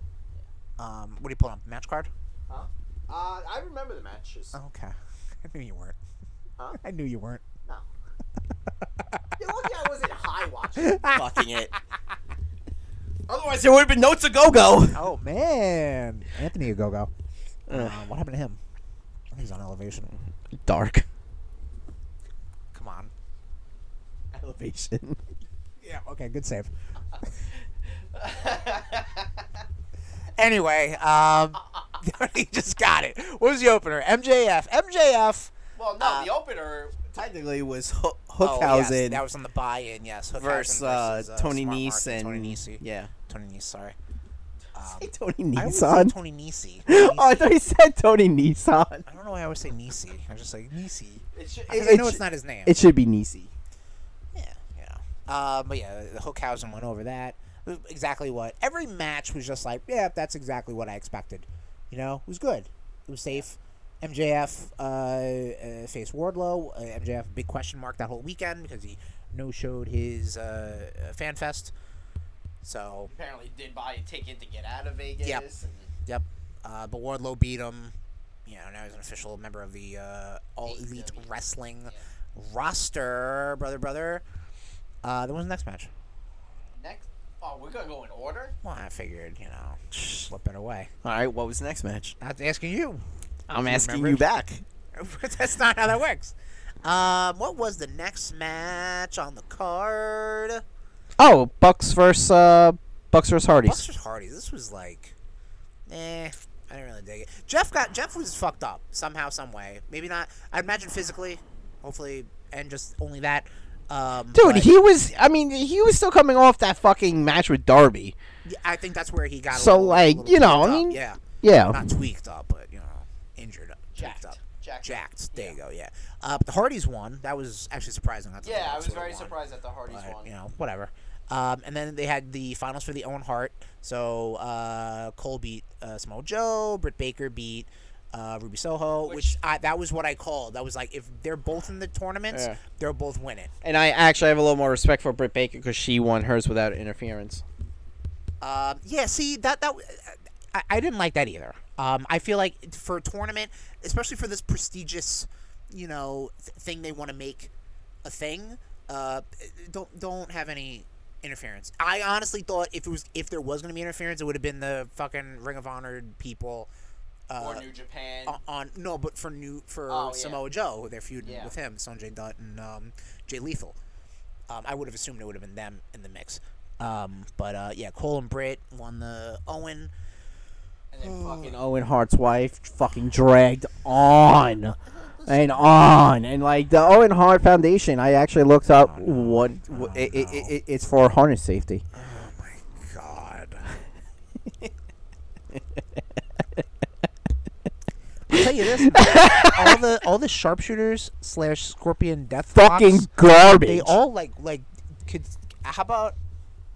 Speaker 1: Um, what are you pulling up? Match card?
Speaker 2: Huh? Uh, I remember the matches.
Speaker 1: Okay. I knew you weren't.
Speaker 2: Huh?
Speaker 1: I knew you weren't.
Speaker 2: No. You're lucky I wasn't high watching. Fucking it. Otherwise, there would have been notes a go go.
Speaker 1: Oh man, Anthony Agogo. Uh, what happened to him? I think he's on elevation.
Speaker 2: Dark
Speaker 1: Come on.
Speaker 2: elevation.
Speaker 1: Yeah. Okay. Good save. anyway, um, he just got it. What was the opener? MJF. MJF.
Speaker 2: well, no, the opener Uh, technically was Ho-
Speaker 1: Oh, yes,
Speaker 2: Hookhausen
Speaker 1: that was on the buy-in. Yes. Hookhausen
Speaker 2: versus, uh, Tony
Speaker 1: Smart
Speaker 2: Nese
Speaker 1: Marks
Speaker 2: and
Speaker 1: Tony Nese.
Speaker 2: yeah,
Speaker 1: Tony Nese. Sorry.
Speaker 2: Say Tony
Speaker 1: I always
Speaker 2: Nissan.
Speaker 1: say Tony Nese.
Speaker 2: oh, I
Speaker 1: Nese.
Speaker 2: thought he said Tony Nissan.
Speaker 1: I don't know why I always say Nese. I'm just like Nese.
Speaker 2: It should,
Speaker 1: Because I know it's not his name.
Speaker 2: It should be Nisi.
Speaker 1: Yeah, yeah. Um, but yeah, the Hookhausen went over that. It was Exactly what every match was just like. Yeah, that's exactly what I expected. You know, it was good. It was safe. MJF uh, uh, faced Wardlow. Uh, MJF big question mark that whole weekend because he no showed his uh, uh, fan fest. So
Speaker 2: Apparently, did buy a ticket to get out of Vegas.
Speaker 1: Yep. yep. Uh, but Wardlow beat him. You know, now he's an official member of the uh, All Elite Wrestling roster, brother, brother. Uh, then what was the next match?
Speaker 2: Next. Oh, we're gonna go in order.
Speaker 1: Well, I figured, you know, slip it away.
Speaker 2: All right. What was the next match?
Speaker 1: Not asking you.
Speaker 2: I'm
Speaker 1: asking
Speaker 2: asking
Speaker 1: remember? you
Speaker 2: you back.
Speaker 1: That's not how that works. Um, what was the next match on the card?
Speaker 2: Oh, Bucks versus uh, Bucks versus
Speaker 1: Bucks
Speaker 2: Hardys.
Speaker 1: vs. Hardy's. This was like, eh, I didn't really dig it. Jeff got Jeff was fucked up somehow, some way. Maybe not. I imagine physically, hopefully, and just only that. Um,
Speaker 2: Dude,
Speaker 1: but
Speaker 2: he was. I mean, he was still coming off that fucking match with Darby.
Speaker 1: I think that's where he got. a
Speaker 2: So,
Speaker 1: little-
Speaker 2: like,
Speaker 1: little
Speaker 2: you know, I
Speaker 1: tweaked up,
Speaker 2: mean,
Speaker 1: yeah,
Speaker 2: Yeah.
Speaker 1: not tweaked up, but you know, injured, jacked up.
Speaker 2: Jacked.
Speaker 6: Jacked.
Speaker 1: Jacked. There you go. Yeah. Uh, but the Hardys won. That was actually surprising. Not that they
Speaker 6: Yeah, I
Speaker 1: lost
Speaker 6: was
Speaker 1: or
Speaker 6: very
Speaker 1: won,
Speaker 6: surprised that the Hardys
Speaker 1: but,
Speaker 6: won.
Speaker 1: You know, whatever. Um, and then they had the finals for the Owen Hart. So uh, Cole beat uh, Samoa Joe. Britt Baker beat uh, Ruby Soho, which, I, that was what I called. That was like if they're both in the tournaments,
Speaker 7: Yeah.
Speaker 1: they're both winning.
Speaker 7: And I actually have a little more respect for Britt Baker because she won hers without interference.
Speaker 1: Um, yeah, see that that I, I didn't like that either. Um, I feel like for a tournament, especially for this prestigious, you know, th- thing they want to make a thing, uh, don't don't have any interference. I honestly thought if it was if there was going to be interference, it would have been the fucking Ring of Honor people. Uh,
Speaker 6: or New Japan.
Speaker 1: on, on no, but for new for
Speaker 6: Oh, yeah.
Speaker 1: Samoa Joe, they're feuding
Speaker 6: Yeah.
Speaker 1: with him, Sanjay Dutt and um, Jay Lethal. Um, I would have assumed it would have been them in the mix. Um, but uh, yeah, Cole and Britt won the Owen.
Speaker 6: and
Speaker 1: Hmm.
Speaker 6: then fucking.
Speaker 2: fucking Owen Hart's wife fucking dragged on and on and like the Owen Hart Foundation. I actually looked up what, what it, it, it, it's for harness safety.
Speaker 1: God. I'll tell you this: all the all the sharpshooters slash Scorpion Death
Speaker 2: Fucking
Speaker 1: Fox,
Speaker 2: garbage.
Speaker 1: they all like like could. How about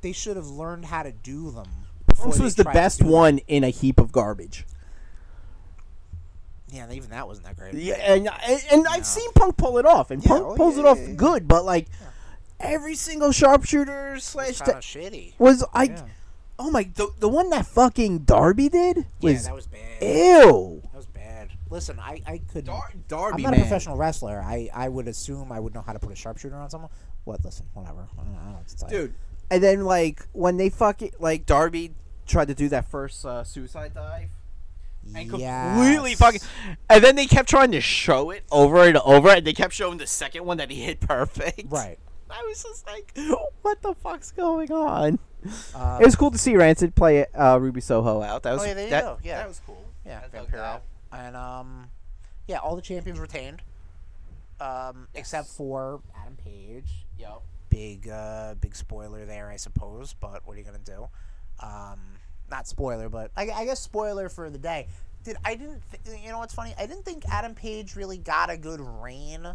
Speaker 1: they should have learned how to do them before
Speaker 2: this
Speaker 1: they
Speaker 2: was the
Speaker 1: tried to
Speaker 2: best
Speaker 1: do them.
Speaker 2: one in a heap of garbage.
Speaker 1: Yeah, even that wasn't that great.
Speaker 2: Yeah, and and, and I've seen Punk pull it off, and
Speaker 1: Yeah,
Speaker 2: Punk
Speaker 1: oh,
Speaker 2: pulls
Speaker 1: yeah,
Speaker 2: it off
Speaker 1: yeah, yeah.
Speaker 2: good, but like every single sharpshooter slash
Speaker 1: kind
Speaker 2: de-
Speaker 1: of shitty.
Speaker 2: was I.
Speaker 1: Yeah.
Speaker 2: Oh my, the, the one that fucking Darby did
Speaker 1: Yeah,
Speaker 2: was,
Speaker 1: that was bad.
Speaker 2: ew.
Speaker 1: that was bad. Listen, I, I could.
Speaker 6: Dar-
Speaker 1: I'm
Speaker 7: Darby,
Speaker 1: not a professional wrestler. I, I would assume I would know how to put a sharpshooter on someone. What? Listen, whatever. I don't, I don't know what to tell you.
Speaker 2: dude. And then like when they fucking like Darby tried to do that first uh, suicide dive.
Speaker 7: and
Speaker 1: Yes.
Speaker 7: completely fucking. And then they kept trying to show it over and over, and they kept showing the second one that he hit perfect.
Speaker 1: Right.
Speaker 7: I was just like, what the fuck's going on?
Speaker 1: Um,
Speaker 2: It was cool to see Rancid play uh, Ruby Soho out. That was
Speaker 1: oh, yeah, there you
Speaker 2: that,
Speaker 1: go. Yeah.
Speaker 6: That was cool.
Speaker 1: yeah.
Speaker 6: I dug that.
Speaker 1: And, um, yeah, all the champions retained. Um, except for Adam Page.
Speaker 6: Yep.
Speaker 1: big uh big spoiler there i suppose but what are you gonna do um not spoiler but i, I guess spoiler for the day did i didn't th- you know what's funny i didn't think adam page really got a good reign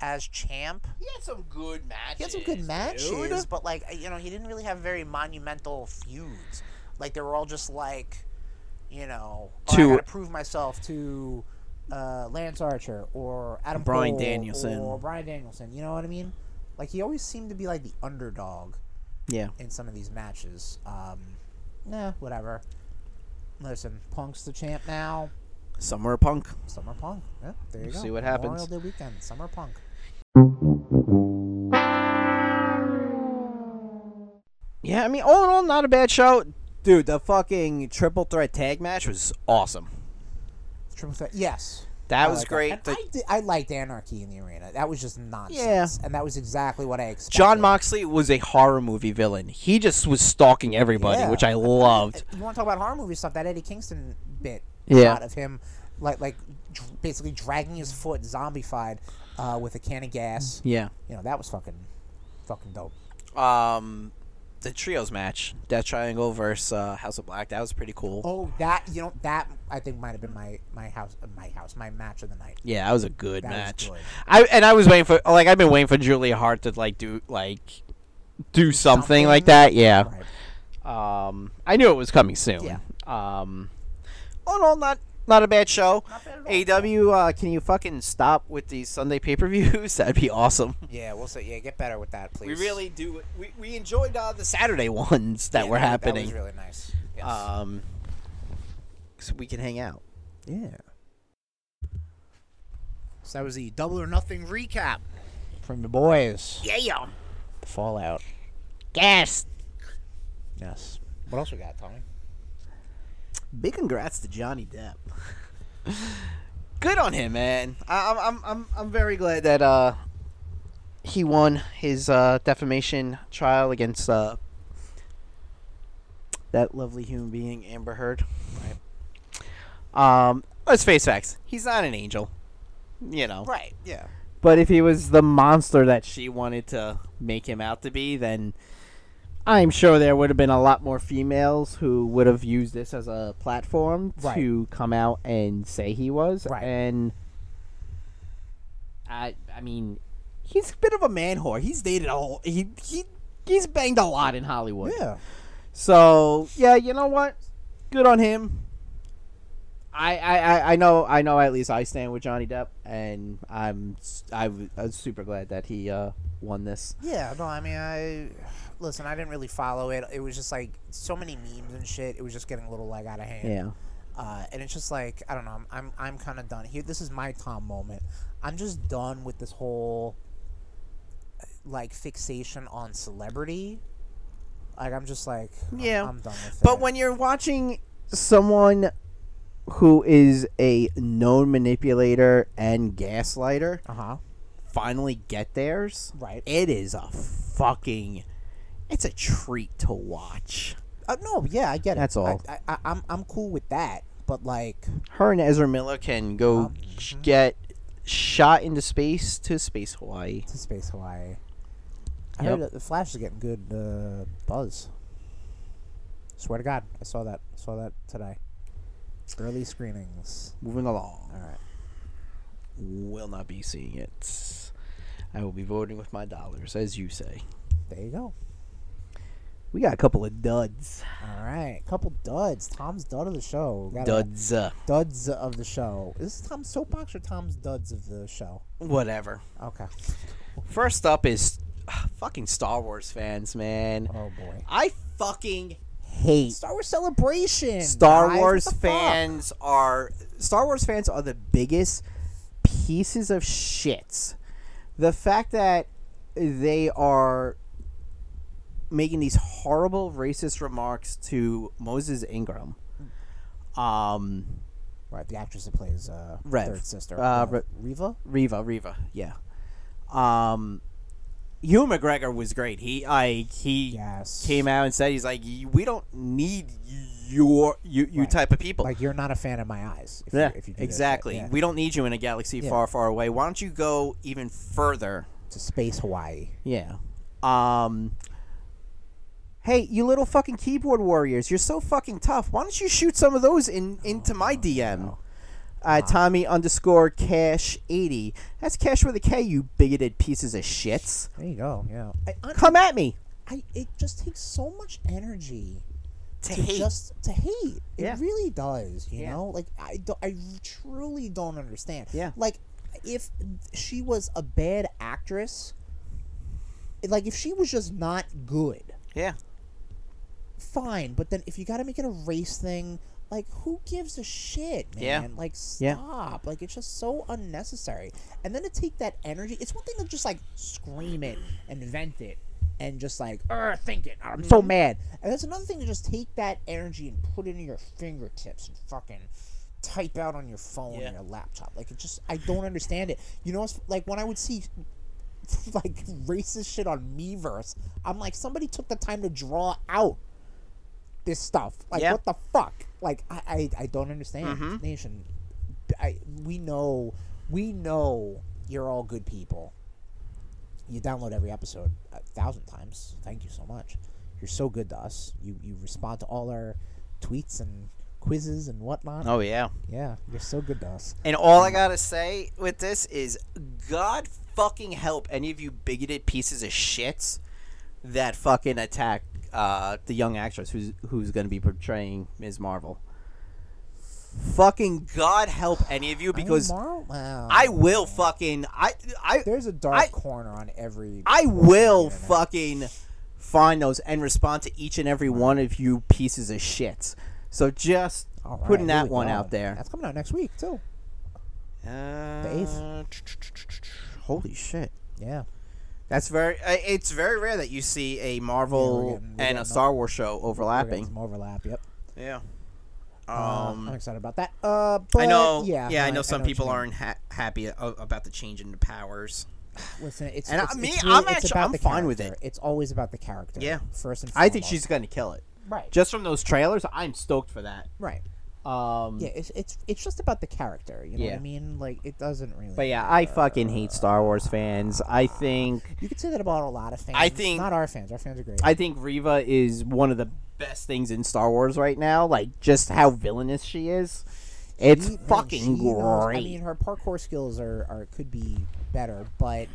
Speaker 1: as champ
Speaker 6: He had some good matches.
Speaker 1: he had some good matches
Speaker 6: dude.
Speaker 1: but like you know he didn't really have very monumental feuds like they were all just like you know oh,
Speaker 7: To-
Speaker 1: I gotta prove myself to uh, Lance Archer or Adam
Speaker 2: Bryan
Speaker 1: Cole
Speaker 2: Danielson.
Speaker 1: or Brian Danielson you know what I mean like he always seemed to be like the underdog
Speaker 2: yeah.
Speaker 1: in some of these matches. Um, nah, whatever. Listen, Punk's the champ now.
Speaker 2: Summer Punk.
Speaker 1: Summer Punk. Yeah, there you go.
Speaker 7: See what
Speaker 1: Memorial
Speaker 7: happens.
Speaker 1: Day weekend. Summer Punk.
Speaker 2: Yeah, I mean, all in all, not a bad show, dude. The fucking triple threat tag match was awesome.
Speaker 1: Triple threat. Yes.
Speaker 2: That
Speaker 1: I
Speaker 2: was
Speaker 1: like
Speaker 2: great.
Speaker 1: And
Speaker 2: The-
Speaker 1: I, did, I liked Anarchy in the arena. That was just nonsense. And that was exactly what I expected.
Speaker 2: John Moxley was a horror movie villain. He just was stalking everybody,
Speaker 1: Yeah.
Speaker 2: which I loved.
Speaker 1: You want to talk about horror movie stuff? That Eddie Kingston bit
Speaker 2: Yeah.
Speaker 1: shot of him, like like dr- basically dragging his foot, zombified, uh, with a can of gas.
Speaker 2: Yeah.
Speaker 1: You know that was fucking, fucking dope.
Speaker 2: Um, the trios match, Death Triangle versus uh, House of Black, that was pretty cool.
Speaker 1: Oh, that you know that I think might have been my my house uh, my house my match of the night.
Speaker 2: Yeah, that was a good
Speaker 1: That was
Speaker 2: match.
Speaker 1: good.
Speaker 2: I and I was waiting for like I've been waiting for Julia Hart to like do like do something, like
Speaker 1: something.
Speaker 2: that. Yeah.
Speaker 1: Right.
Speaker 2: Um, I knew it was coming soon.
Speaker 1: Yeah.
Speaker 2: Um, all in all, not not a bad show. AW, uh, can you fucking stop with these Sunday pay per views? That'd be awesome.
Speaker 1: Yeah, we'll say yeah. Get better with that, please.
Speaker 2: We really do. We, we enjoyed uh, the Saturday ones that
Speaker 1: Yeah,
Speaker 2: were
Speaker 1: That
Speaker 2: happening.
Speaker 1: was really nice. Yes.
Speaker 2: um, so we can hang out.
Speaker 8: Yeah.
Speaker 1: so that was the double or nothing recap.
Speaker 8: From the boys.
Speaker 1: Yeah.
Speaker 8: The Fallout.
Speaker 9: Gas.
Speaker 8: Yes.
Speaker 1: What else we got, Tommy?
Speaker 2: Big congrats to Johnny Depp. Good on him, man. I, I'm, I'm, I'm, I'm very glad that uh, he won his uh, defamation trial against uh, that lovely human being, Amber Heard. Right. Um, let's face facts. He's not an angel, you know.
Speaker 1: Right. Yeah.
Speaker 2: But if he was the monster that she wanted to make him out to be, then I'm sure there would have been a lot more females who would have used this as a platform
Speaker 1: Right.
Speaker 2: to come out and say he was.
Speaker 1: Right.
Speaker 2: And I I mean, he's a bit of a man whore. He's dated a whole he he he's banged a lot in Hollywood.
Speaker 10: Yeah.
Speaker 2: So yeah, you know what? Good on him. I, I, I- I know I know at least I stand with Johnny Depp and I'm s- I w- I was super glad that he uh, won this.
Speaker 1: Yeah, no, I mean, I listen. I didn't really follow it. It was just like so many memes and shit. It was just getting a little like out of hand.
Speaker 2: Yeah.
Speaker 1: Uh, and it's just like I don't know. I'm I'm, I'm kind of done here. This is my Tom moment. I'm just done with this whole like fixation on celebrity. Like I'm just like I'm-
Speaker 11: Yeah.
Speaker 1: I'm, done with it.
Speaker 11: But when you're watching
Speaker 2: Someone who is a known manipulator and gaslighter
Speaker 1: uh huh
Speaker 2: finally get theirs.
Speaker 1: right
Speaker 2: It is a fucking it's a treat to watch.
Speaker 1: uh, no yeah I get it.
Speaker 2: That's
Speaker 1: I-
Speaker 2: all.
Speaker 1: I, I, I'm I'm cool with that. But like
Speaker 2: her and Ezra Miller can go
Speaker 1: Um,
Speaker 2: j- get shot into space to space Hawaii.
Speaker 1: to Space Hawaii. I
Speaker 2: Yep.
Speaker 1: heard that the Flash is getting good uh, buzz. Swear to God, I saw that. I saw that today. Early screenings.
Speaker 2: Moving along.
Speaker 1: All right.
Speaker 2: Will not be seeing it. I will be voting with my dollars, as you say.
Speaker 1: There you go.
Speaker 2: We got a couple of duds.
Speaker 1: All right. Couple duds. Tom's dud of the show. We got a-
Speaker 2: Duds. Uh,
Speaker 1: Duds of the show. Is this Tom's soapbox or Tom's duds of the show?
Speaker 2: whatever.
Speaker 1: Okay.
Speaker 2: First up is ah, fucking Star Wars fans, man.
Speaker 1: Oh boy.
Speaker 2: I fucking hate
Speaker 1: Star Wars celebration.
Speaker 2: Star
Speaker 1: guys, what
Speaker 2: Wars
Speaker 1: the fuck?
Speaker 2: fans are Star Wars fans are the biggest pieces of shits. The fact that they are making these horrible racist remarks to Moses Ingram. Um
Speaker 1: Right. The actress that plays uh,
Speaker 2: Rev.
Speaker 1: third sister.
Speaker 2: Uh,
Speaker 1: Rev.
Speaker 2: Re-
Speaker 1: Reva.
Speaker 2: Reva, Reva, yeah. Um Hugh McGregor was great. He I he
Speaker 1: Yes.
Speaker 2: came out and said he's like "Y- we don't need your you, you
Speaker 1: Right.
Speaker 2: type of people.
Speaker 1: Like you're not a fan of my eyes. If
Speaker 2: Oh. Yeah,
Speaker 1: You, if you do this shit.
Speaker 2: exactly.
Speaker 1: Yeah.
Speaker 2: We don't need you in a galaxy
Speaker 1: Yeah.
Speaker 2: far, far away. Why don't you go even further?
Speaker 1: to space Hawaii.
Speaker 2: Yeah. Um. Hey, you little fucking keyboard warriors! You're so fucking tough. Why don't you shoot some of those in into my DM? Uh, Tommy underscore cash eighty. That's cash with a K. You bigoted pieces of shits.
Speaker 1: There you go. Yeah. I, I,
Speaker 2: Come at me.
Speaker 1: I it just takes so much energy
Speaker 11: to,
Speaker 1: to
Speaker 11: hate,
Speaker 1: just to hate. It
Speaker 11: Yeah.
Speaker 1: really does. You
Speaker 11: Yeah.
Speaker 1: know, like I do, I truly don't understand.
Speaker 2: Yeah.
Speaker 1: Like if she was a bad actress, like if she was just not good,
Speaker 11: yeah,
Speaker 1: fine. But then if you got to make it a race thing. Like who gives a shit, man?
Speaker 11: Yeah.
Speaker 1: Like
Speaker 2: Yeah.
Speaker 1: stop. Like it's just so unnecessary. And then to take that energy, it's one thing to just like scream it and vent it and just like "Ugh, think it. I'm so mad. And that's another thing to just take that energy and put it into your fingertips and fucking type out on your phone or your laptop. Like it just I don't understand it. You know, it's like when I would see like racist shit on Meverse, I'm like somebody took the time to draw out this stuff. Like
Speaker 11: Yeah.
Speaker 1: what the fuck? Like I I, I don't understand
Speaker 2: Mm-hmm.
Speaker 1: nation. I we know we know you're all good people. You download every episode a thousand times. Thank you so much. You're so good to us. You you respond to all our tweets and quizzes and whatnot.
Speaker 11: oh yeah.
Speaker 1: Yeah, you're so good to us.
Speaker 11: And all I gotta say with this is, God fucking help any of you bigoted pieces of shits.
Speaker 2: That fucking attack. Uh, the young actress who's who's going to be portraying Ms. Marvel. Fucking God help any of you because
Speaker 1: tomorrow, wow.
Speaker 2: I will fucking I I
Speaker 1: there's a dark
Speaker 2: I-
Speaker 1: corner on every.
Speaker 2: I will fucking find those and respond to each and every one of you pieces of shit. So just
Speaker 1: All right,
Speaker 2: putting
Speaker 1: here
Speaker 2: that
Speaker 1: we
Speaker 2: one
Speaker 1: go.
Speaker 2: out there.
Speaker 1: That's coming out next week too. The
Speaker 2: Uh,
Speaker 1: eighth.
Speaker 2: Holy shit.
Speaker 1: Yeah.
Speaker 2: That's very. Uh, it's very rare that you see a Marvel
Speaker 1: Yeah, we're getting- we're
Speaker 2: and
Speaker 1: getting
Speaker 2: a Star Wars show
Speaker 1: We're getting
Speaker 2: overlapping.
Speaker 1: some overlap. Yep.
Speaker 2: Yeah.
Speaker 1: Uh,
Speaker 2: Um,
Speaker 1: I'm excited about that. Uh, but
Speaker 2: I know.
Speaker 1: Yeah,
Speaker 2: Yeah, I
Speaker 1: no,
Speaker 2: know some
Speaker 1: what you
Speaker 2: people
Speaker 1: mean.
Speaker 2: aren't ha- happy a- about the change in the powers.
Speaker 1: Listen, it's,
Speaker 2: And I-
Speaker 1: it's-
Speaker 2: me,
Speaker 1: it's
Speaker 2: I'm
Speaker 1: it's
Speaker 2: actually-
Speaker 1: about
Speaker 2: I'm
Speaker 1: the
Speaker 2: fine with
Speaker 1: character. It's always about the character.
Speaker 2: Yeah.
Speaker 1: First and
Speaker 2: I think
Speaker 1: foremost.
Speaker 2: she's gonna kill it.
Speaker 1: right.
Speaker 2: Just from those trailers, I'm stoked for that.
Speaker 1: right.
Speaker 2: Um,
Speaker 1: Yeah. It's it's it's just about the character. You know what I
Speaker 2: Yeah.
Speaker 1: mean? Like it doesn't really.
Speaker 2: But yeah, I fucking hate Star Wars fans. I think
Speaker 1: You could say that about a lot of fans.
Speaker 2: I think-
Speaker 1: not our fans. Our fans are great.
Speaker 2: I think Riva is one of the best things in Star Wars right now. Like just how villainous she is. It's
Speaker 1: She- man,
Speaker 2: fucking
Speaker 1: she knows- I
Speaker 2: great.
Speaker 1: mean, her parkour skills are, are could be better, but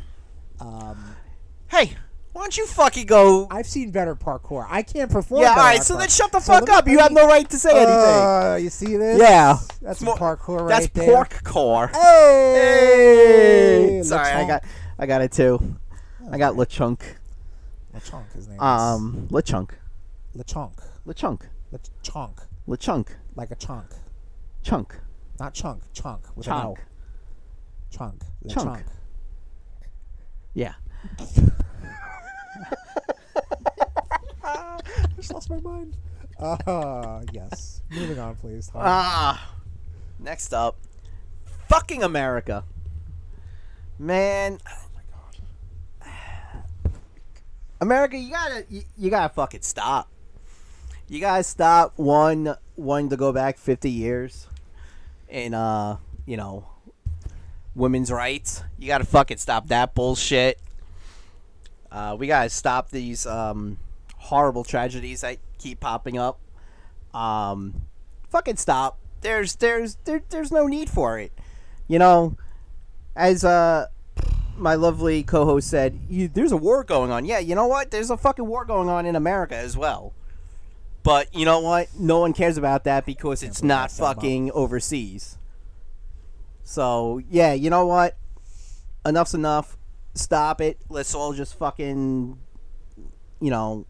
Speaker 1: um,
Speaker 2: Hey, why don't you fucking go?
Speaker 1: I've seen better parkour. I can't perform.
Speaker 2: Yeah, all
Speaker 1: better
Speaker 2: right.
Speaker 1: at
Speaker 2: So
Speaker 1: parkour.
Speaker 2: then shut the
Speaker 1: So
Speaker 2: fuck
Speaker 1: let me-
Speaker 2: up. You
Speaker 1: let
Speaker 2: have
Speaker 1: me-
Speaker 2: no right to say anything.
Speaker 1: Uh, you see this?
Speaker 2: Yeah.
Speaker 1: That's
Speaker 2: More-
Speaker 1: some parkour right
Speaker 2: That's
Speaker 1: there.
Speaker 2: pork core.
Speaker 1: Hey,
Speaker 2: Hey, Sorry, I got, I got it too. I got LeChunk.
Speaker 1: Lechonk. His name um,
Speaker 2: Um, LeChunk.
Speaker 1: is Lechonk.
Speaker 2: LeChunk.
Speaker 1: Lechonk,
Speaker 2: LeChunk.
Speaker 1: like a chunk,
Speaker 2: Chunk.
Speaker 1: not chunk, chunk with an O.
Speaker 2: Chunk.
Speaker 1: Chunk.
Speaker 2: Chunk.
Speaker 1: Lechonk.
Speaker 2: Yeah.
Speaker 1: I just lost my mind. Uh, yes. Moving on, please. Tom.
Speaker 2: Ah. Next up, fucking America. Man. America, you gotta, you, you gotta fucking stop. You gotta stop one, wanting to go back fifty years, in uh, you know, women's rights. You gotta fucking stop that bullshit. Uh, we gotta stop these um, horrible tragedies that keep popping up. Um, fucking stop. There's there's there, there's no need for it. You know, as uh my lovely co-host said, you, there's a war going on. Yeah, you know what? There's a fucking war going on in America as well. But you know what? No one cares about that because it's not fucking overseas. So yeah, you know what? Enough's enough. Stop it. Let's all just fucking, you know,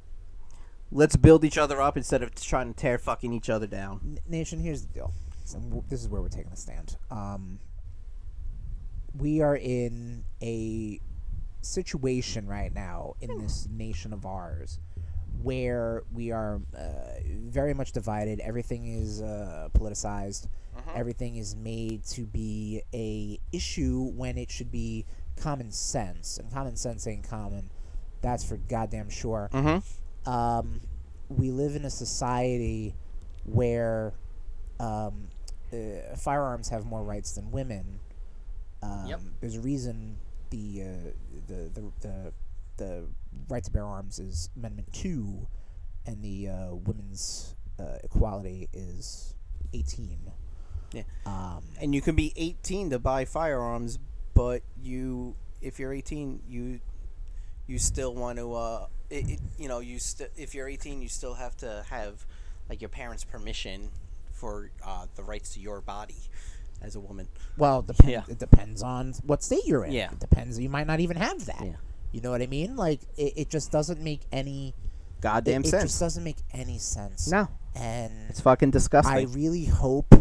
Speaker 2: let's build each other up instead of trying to tear fucking each other down.
Speaker 1: N- Nation, here's the deal. And w- This is where we're taking a stand. Um, we are in a situation right now in this nation of ours where we are uh, very much divided. Everything is uh, politicized. Everything is made to be a issue when it should be common sense. And common sense ain't common. That's for goddamn
Speaker 2: Mm-hmm.
Speaker 1: sure. Um, we live in a society where um, uh, firearms have more rights than women. Um, There's a reason the, uh, the the the the right to bear arms is Amendment Two, and the uh, women's uh, equality is eighteen.
Speaker 2: Yeah.
Speaker 1: Um,
Speaker 2: and you can be 18 to buy firearms, but you, if you're 18, you, you still want to, uh, it, it, you know, you st- if you're 18, you still have to have, like, your parents' permission for uh, the rights to your body as a woman.
Speaker 1: Well, it depend-
Speaker 2: Yeah.
Speaker 1: it depends on what state you're in.
Speaker 2: Yeah.
Speaker 1: It depends. You might not even have that.
Speaker 2: Yeah.
Speaker 1: You know what I mean? Like it, it just doesn't make any it-
Speaker 2: Goddamn
Speaker 1: it,
Speaker 2: sense.
Speaker 1: just doesn't make any sense.
Speaker 2: No.
Speaker 1: And
Speaker 2: It's fucking
Speaker 1: I
Speaker 2: disgusting.
Speaker 1: really hope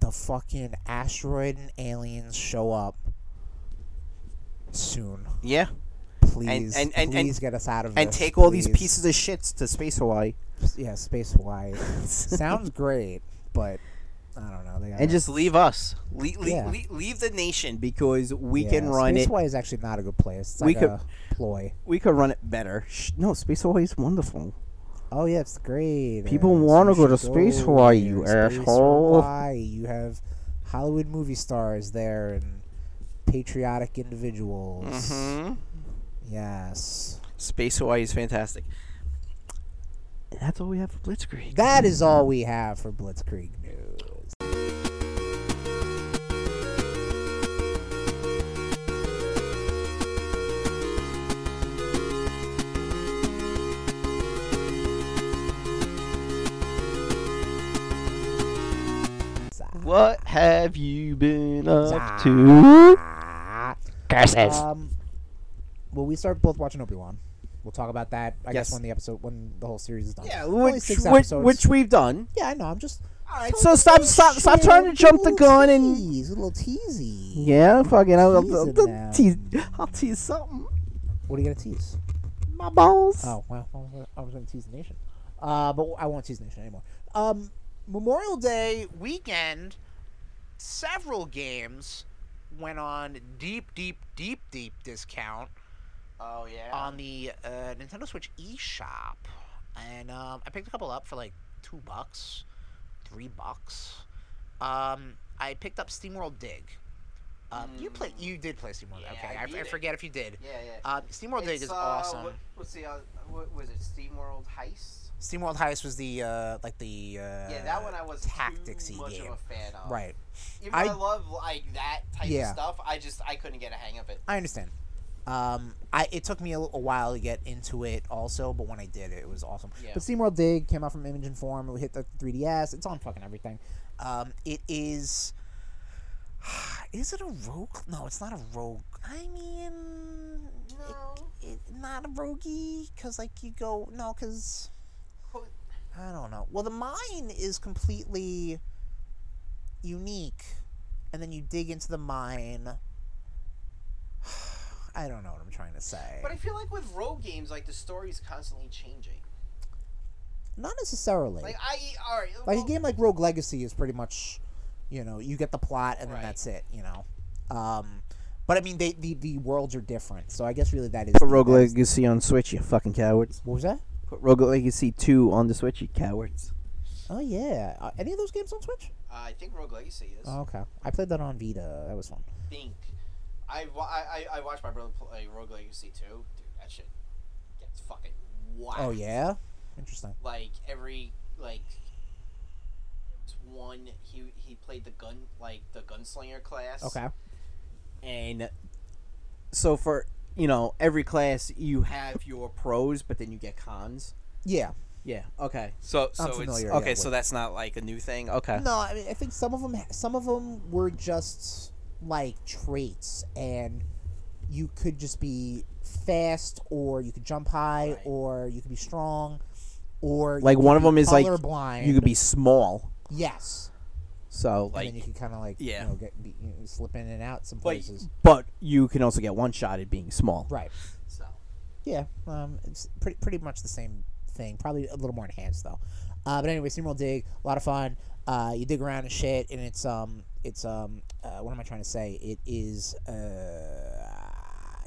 Speaker 1: the fucking asteroid and aliens show up soon.
Speaker 2: yeah.
Speaker 1: Please,
Speaker 2: and- and- and-
Speaker 1: please get us out of
Speaker 2: And
Speaker 1: this,
Speaker 2: take all these
Speaker 1: please.
Speaker 2: pieces of shits to space Hawaii
Speaker 1: Yeah, space Hawaii sounds great, but I don't know. They gotta,
Speaker 2: and just leave us. Le- le-
Speaker 1: Yeah.
Speaker 2: le- leave the nation because we can
Speaker 1: yeah,
Speaker 2: run
Speaker 1: space
Speaker 2: it.
Speaker 1: Hawaii is actually not a good place. It's
Speaker 2: We
Speaker 1: like
Speaker 2: could-
Speaker 1: a ploy.
Speaker 2: We could run it better. Sh- no, space Hawaii is wonderful.
Speaker 1: Oh yeah, it's great.
Speaker 2: People
Speaker 1: Yes,
Speaker 2: wanna
Speaker 1: you
Speaker 2: go to
Speaker 1: should
Speaker 2: space Hawaii,
Speaker 1: there.
Speaker 2: you
Speaker 1: Space
Speaker 2: asshole.
Speaker 1: Hawaii. You have Hollywood movie stars there and patriotic individuals.
Speaker 2: Mm-hmm.
Speaker 1: Yes.
Speaker 2: Space Hawaii is fantastic. And that's all we have for Blitzkrieg.
Speaker 1: That is all we have for Blitzkrieg news.
Speaker 2: What have you been up to?
Speaker 12: Curses.
Speaker 1: Um, well, we start both watching Obi Wan. We'll talk about that. I
Speaker 2: Yes.
Speaker 1: guess when the episode, when the whole series is done.
Speaker 2: Yeah,
Speaker 1: Only
Speaker 2: which,
Speaker 1: six
Speaker 2: which,
Speaker 1: episodes.
Speaker 2: which we've done.
Speaker 1: Yeah, I know. I'm just. All
Speaker 2: right, so stop- stop- stop trying to jump the gun and-
Speaker 1: Tease, a little teasy.
Speaker 2: Yeah, fucking. I'll, I'll,
Speaker 1: Teasing
Speaker 2: I'll
Speaker 1: now.
Speaker 2: tease, I'll tease something.
Speaker 1: What are you gonna tease?
Speaker 2: My balls.
Speaker 1: Oh, well, I was gonna- I was gonna tease the nation. Uh, but I won't tease the nation anymore. Um,
Speaker 13: Memorial Day weekend, several games went on deep, deep, deep, deep discount
Speaker 14: Oh yeah.
Speaker 13: on the uh, Nintendo Switch eShop, and um, I picked a couple up for like two bucks, three bucks. Um, I picked up SteamWorld Dig. Um, You play? You did play SteamWorld?
Speaker 14: Mm. Yeah,
Speaker 13: okay,
Speaker 14: I
Speaker 13: I, f-
Speaker 14: beat
Speaker 13: I
Speaker 14: it.
Speaker 13: forget if you did.
Speaker 14: yeah, yeah.
Speaker 13: Um, SteamWorld Dig
Speaker 14: It's,
Speaker 13: is
Speaker 14: uh,
Speaker 13: awesome.
Speaker 14: What, what's the? Uh, what was it? SteamWorld Heist.
Speaker 15: SteamWorld Heist was the uh, like the uh,
Speaker 7: yeah, that one I was
Speaker 15: tactics
Speaker 7: too much
Speaker 15: game.
Speaker 7: of a fan of.
Speaker 15: right.
Speaker 7: Even though I,
Speaker 15: I-
Speaker 7: love like that type
Speaker 15: Yeah.
Speaker 7: of stuff. I just I couldn't get a hang of it.
Speaker 15: I understand. Um, I it took me a, little while to get into it also, but when I did, it was awesome.
Speaker 7: Yeah.
Speaker 1: But SteamWorld Dig came out from Image and Form. It hit the 3DS. It's on fucking everything.
Speaker 15: Um, it is. Is it a rogue? No, it's not a rogue. I mean,
Speaker 7: No.
Speaker 15: it, it, not a roguey, because like you go no, because
Speaker 7: Who-
Speaker 15: I don't know. Well, the mine is completely unique, and then you dig into the mine. I don't know what I'm trying to say.
Speaker 7: But I feel like with rogue games, like the story's constantly changing.
Speaker 1: Not necessarily.
Speaker 7: Like
Speaker 1: Like,
Speaker 7: I all right.
Speaker 1: a
Speaker 7: well,
Speaker 1: game like Rogue Legacy is pretty much, you know, you get the plot and
Speaker 7: Right.
Speaker 1: then that's it. You know, um, but I mean, they the, the worlds are different. So I guess really that is
Speaker 16: Put Rogue
Speaker 1: that is-
Speaker 16: Legacy on Switch, you fucking cowards.
Speaker 1: What was that?
Speaker 16: Put Rogue Legacy 2 on the Switch, you cowards.
Speaker 1: Oh yeah, uh, any of those games on Switch?
Speaker 7: uh, I think Rogue Legacy is.
Speaker 1: Oh, okay, I played that on Vita. That was fun.
Speaker 7: think I, wa- I I I watched my brother play Rogue Legacy too. Dude, that shit gets fucking wild.
Speaker 1: Oh yeah, interesting.
Speaker 7: Like every like there was one he he played the gun like the gunslinger class.
Speaker 1: Okay.
Speaker 16: And so for, you know, every class you have your pros, but then you get cons.
Speaker 1: Yeah.
Speaker 16: Yeah, okay.
Speaker 2: So
Speaker 1: I'm
Speaker 2: so it's
Speaker 1: familiar, yeah,
Speaker 2: okay.
Speaker 1: with-
Speaker 2: so that's not like a new thing. Okay.
Speaker 1: No, I mean I think some of them some of them were just like traits and you could just be fast or you could jump high or you could be strong or you
Speaker 16: Like,
Speaker 1: could
Speaker 16: one of
Speaker 1: be
Speaker 16: 'em is, like,
Speaker 1: colorblind.
Speaker 16: You could be small.
Speaker 1: yes.
Speaker 16: So
Speaker 1: Like,
Speaker 16: like
Speaker 1: and then you could kind of like
Speaker 2: yeah.
Speaker 1: you know get be, you know, slip in and out some
Speaker 16: but,
Speaker 1: places.
Speaker 16: but you can also get one shot at being small.
Speaker 1: right.
Speaker 7: So
Speaker 1: Yeah, um, it's pretty pretty much the same thing. Probably a little more enhanced though. Uh, but anyway, SteamWorld Dig, a lot of fun. Uh, you dig around and shit, and it's um, it's um, uh, what am I trying to say? It is uh,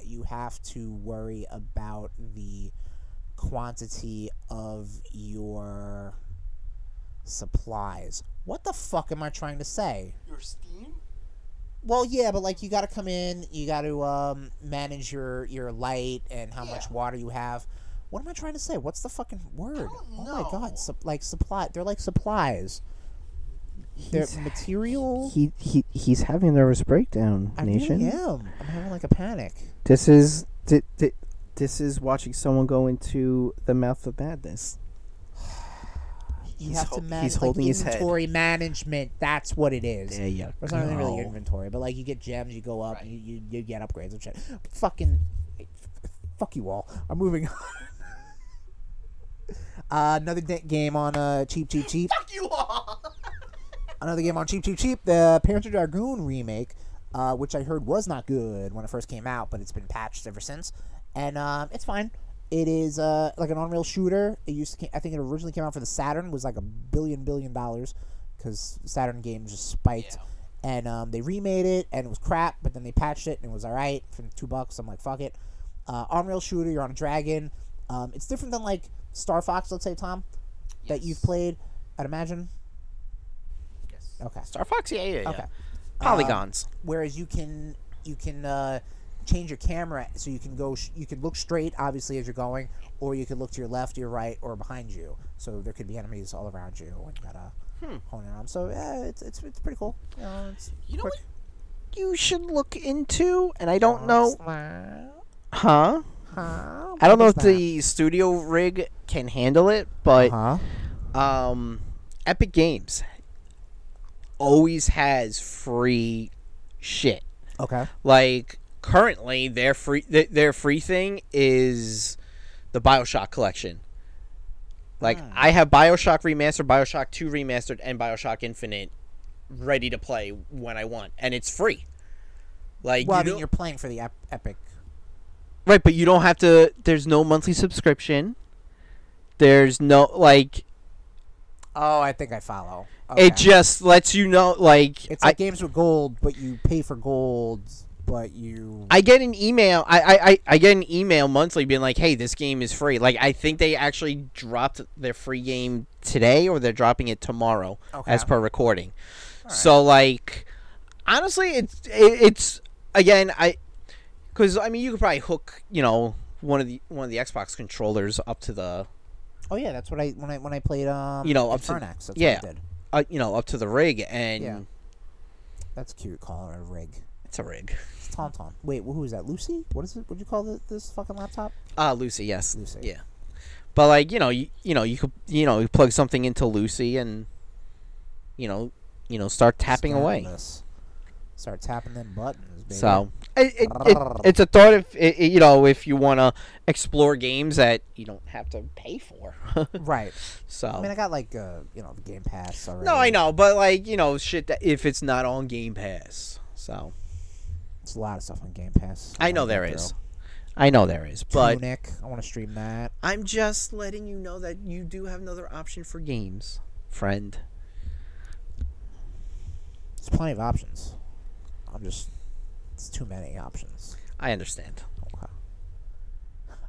Speaker 1: you have to worry about the quantity of your supplies. What the fuck am I trying to say?
Speaker 7: your Steam.
Speaker 1: Well, yeah, but like you got to come in, you got to um, manage your your light and how much water you have. What am I trying to say? What's the fucking word? Oh my god, sup- like supply. They're like supplies. They're material.
Speaker 16: He he he's having a nervous breakdown,
Speaker 1: I
Speaker 16: nation.
Speaker 1: really am. I'm having like a panic.
Speaker 16: This is thi- thi- this is watching someone go into the mouth of madness.
Speaker 1: You
Speaker 16: He's
Speaker 1: have
Speaker 16: hol-
Speaker 1: to
Speaker 16: he's
Speaker 1: manage
Speaker 16: holding
Speaker 1: like,
Speaker 16: his head.
Speaker 1: inventory management. That's what it is.
Speaker 16: you
Speaker 1: Or it's not even really inventory, but like you get gems, you go up, you, you you get upgrades and shit. Fucking, fuck you all. I'm moving on. Uh, another da- game on uh, cheap, cheap, cheap.
Speaker 7: Fuck you all.
Speaker 1: Another game on cheap, cheap, cheap. The Panzer Dragoon remake, uh, which I heard was not good when it first came out, but it's been patched ever since, and um, it's fine. It is uh, like an on-rail shooter. It used to, ca- I think it originally came out for the Saturn, was like a billion billion dollars, because Saturn games just spiked. And um, they remade it, and it was crap. But then they patched it, and it was all right for two bucks. I'm like, fuck it. Uh, on-rail shooter. You're on a dragon. Um, it's different than like Star Fox, let's say, Tom, that you've played. I'd imagine.
Speaker 7: Yes.
Speaker 1: Okay.
Speaker 2: Star Fox. Yeah, yeah, yeah.
Speaker 1: Okay.
Speaker 2: Polygons.
Speaker 16: Um,
Speaker 1: whereas you can you can uh, change your camera so you can go sh- you can look straight obviously as you're going or you could look to your left your right or behind you so there could be enemies all around you and you gotta
Speaker 2: Hmm.
Speaker 1: hone in on 'em. so yeah it's, it's, it's pretty cool you know, it's
Speaker 2: you know what? You should look into, and I don't know, huh?
Speaker 1: huh
Speaker 2: I don't know if the studio rig can handle it, but
Speaker 16: Uh-huh.
Speaker 1: huh
Speaker 2: um, Epic Games always has free shit.
Speaker 1: okay
Speaker 2: Like currently, their free th- their free thing is the Bioshock collection. Like
Speaker 1: Hmm.
Speaker 2: I have Bioshock remastered, Bioshock Two remastered, and Bioshock Infinite ready to play when I want, and it's free. Like
Speaker 1: well
Speaker 2: you
Speaker 1: i mean
Speaker 2: don't-
Speaker 1: you're playing for the ep- epic
Speaker 2: Right, but you don't have to. There's no monthly subscription. There's no like.
Speaker 1: oh i think i follow
Speaker 2: It just lets you know like
Speaker 1: it's
Speaker 2: I,
Speaker 1: like games with gold but you pay for gold but you
Speaker 2: I get an email. I, I I I get an email monthly being like, hey, this game is free. Like I think they actually dropped their free game today, or they're dropping it tomorrow, as per recording. So like, honestly, it's it, it's again I, because I mean you could probably hook you know one of the one of the Xbox controllers up to the
Speaker 1: Oh yeah, that's what I when I when I played um
Speaker 2: You know, up to-
Speaker 1: Infernax. that's
Speaker 2: yeah.
Speaker 1: what I did.
Speaker 2: uh, you know, up to the rig, and
Speaker 1: Yeah. That's cute calling her a rig.
Speaker 2: it's a rig.
Speaker 1: It's Tauntaun. Wait, who is that? Lucy? What is it? What'd you call the, this fucking laptop?
Speaker 2: Ah, Lucy, yes,
Speaker 1: Lucy.
Speaker 2: yeah. But like you know, you, you know, you could you know, you plug something into Lucy, and you know, you know, start tapping
Speaker 1: Start
Speaker 2: away.
Speaker 1: this. Start tapping them buttons, baby.
Speaker 2: So it, it, it, it's a thought if it, it- you know if you want to explore games that you don't have to pay for.
Speaker 1: right.
Speaker 2: so
Speaker 1: I mean, I got like uh, you know the Game Pass already.
Speaker 2: Oh. no, I know, but like you know, shit that if it's not on Game Pass, so
Speaker 1: It's a lot of stuff on Game Pass.
Speaker 2: I know
Speaker 1: wanna
Speaker 2: there
Speaker 1: get
Speaker 2: is,
Speaker 1: through.
Speaker 2: I know there is, but
Speaker 1: Tunic. I want to stream that.
Speaker 2: I'm just letting you know that you do have another option for games, friend.
Speaker 1: There's plenty of options. I'm just it's too many options.
Speaker 2: I understand.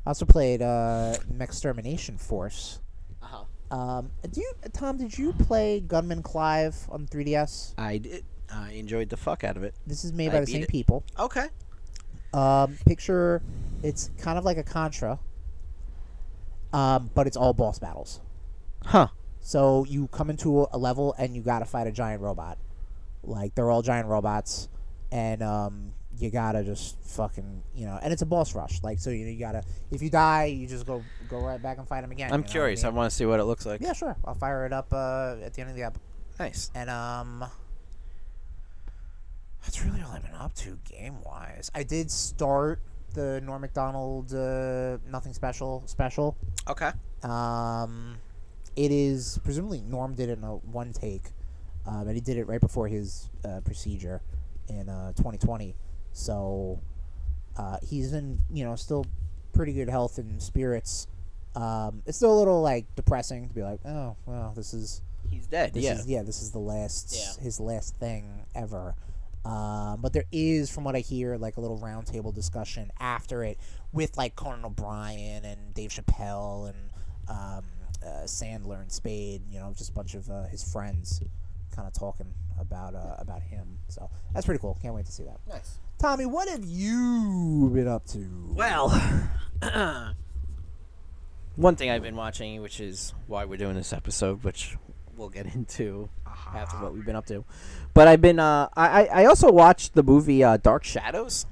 Speaker 1: I also played uh, Extermination Force.
Speaker 2: Uh-huh.
Speaker 1: Um, do you, Tom? Did you play Gunman Clive on 3DS?
Speaker 2: I did. I enjoyed the fuck out of it.
Speaker 1: This is made
Speaker 2: I
Speaker 1: by the
Speaker 2: beat
Speaker 1: same
Speaker 2: it.
Speaker 1: people.
Speaker 2: Okay.
Speaker 1: Um, picture it's kind of like a Contra, um, but it's all boss battles.
Speaker 2: Huh.
Speaker 1: So you come into a, a level and you gotta fight a giant robot. Like they're all giant robots, and um, you gotta just fucking you know. And it's a boss rush. Like so you know you gotta if you die you just go go right back and fight him again.
Speaker 2: I'm
Speaker 1: you know what I
Speaker 2: curious. I
Speaker 1: mean?
Speaker 2: want to see what it looks like.
Speaker 1: yeah, sure. I'll fire it up uh, at the end of the app.
Speaker 2: Nice.
Speaker 1: And um, that's really all I've been up to game wise. I did start the Norm Macdonald uh, Nothing Special special.
Speaker 2: Okay.
Speaker 1: Um, it is presumably Norm did it in a one take, uh, but he did it right before his uh, procedure in uh, 2020. So uh, he's in, you know, still pretty good health and spirits. Um, it's still a little like depressing to be like, oh, well, this is
Speaker 2: He's dead.
Speaker 1: this
Speaker 2: yeah.
Speaker 1: is yeah, this is the last
Speaker 17: Yeah.
Speaker 1: his last thing ever. Um, but there is, from what I hear, like a little roundtable discussion after it with like Conan O'Brien and Dave Chappelle and um, uh, Sandler and Spade. You know, just a bunch of uh, his friends kind of talking about uh, about him. So that's pretty cool. Can't wait to see that.
Speaker 17: Nice.
Speaker 1: Tommy, what have you been up to?
Speaker 2: Well, one thing I've been watching, which is why we're doing this episode, which we'll get into after what we've been up to. But I've been, uh, I, I I also watched the movie uh, Dark Shadows.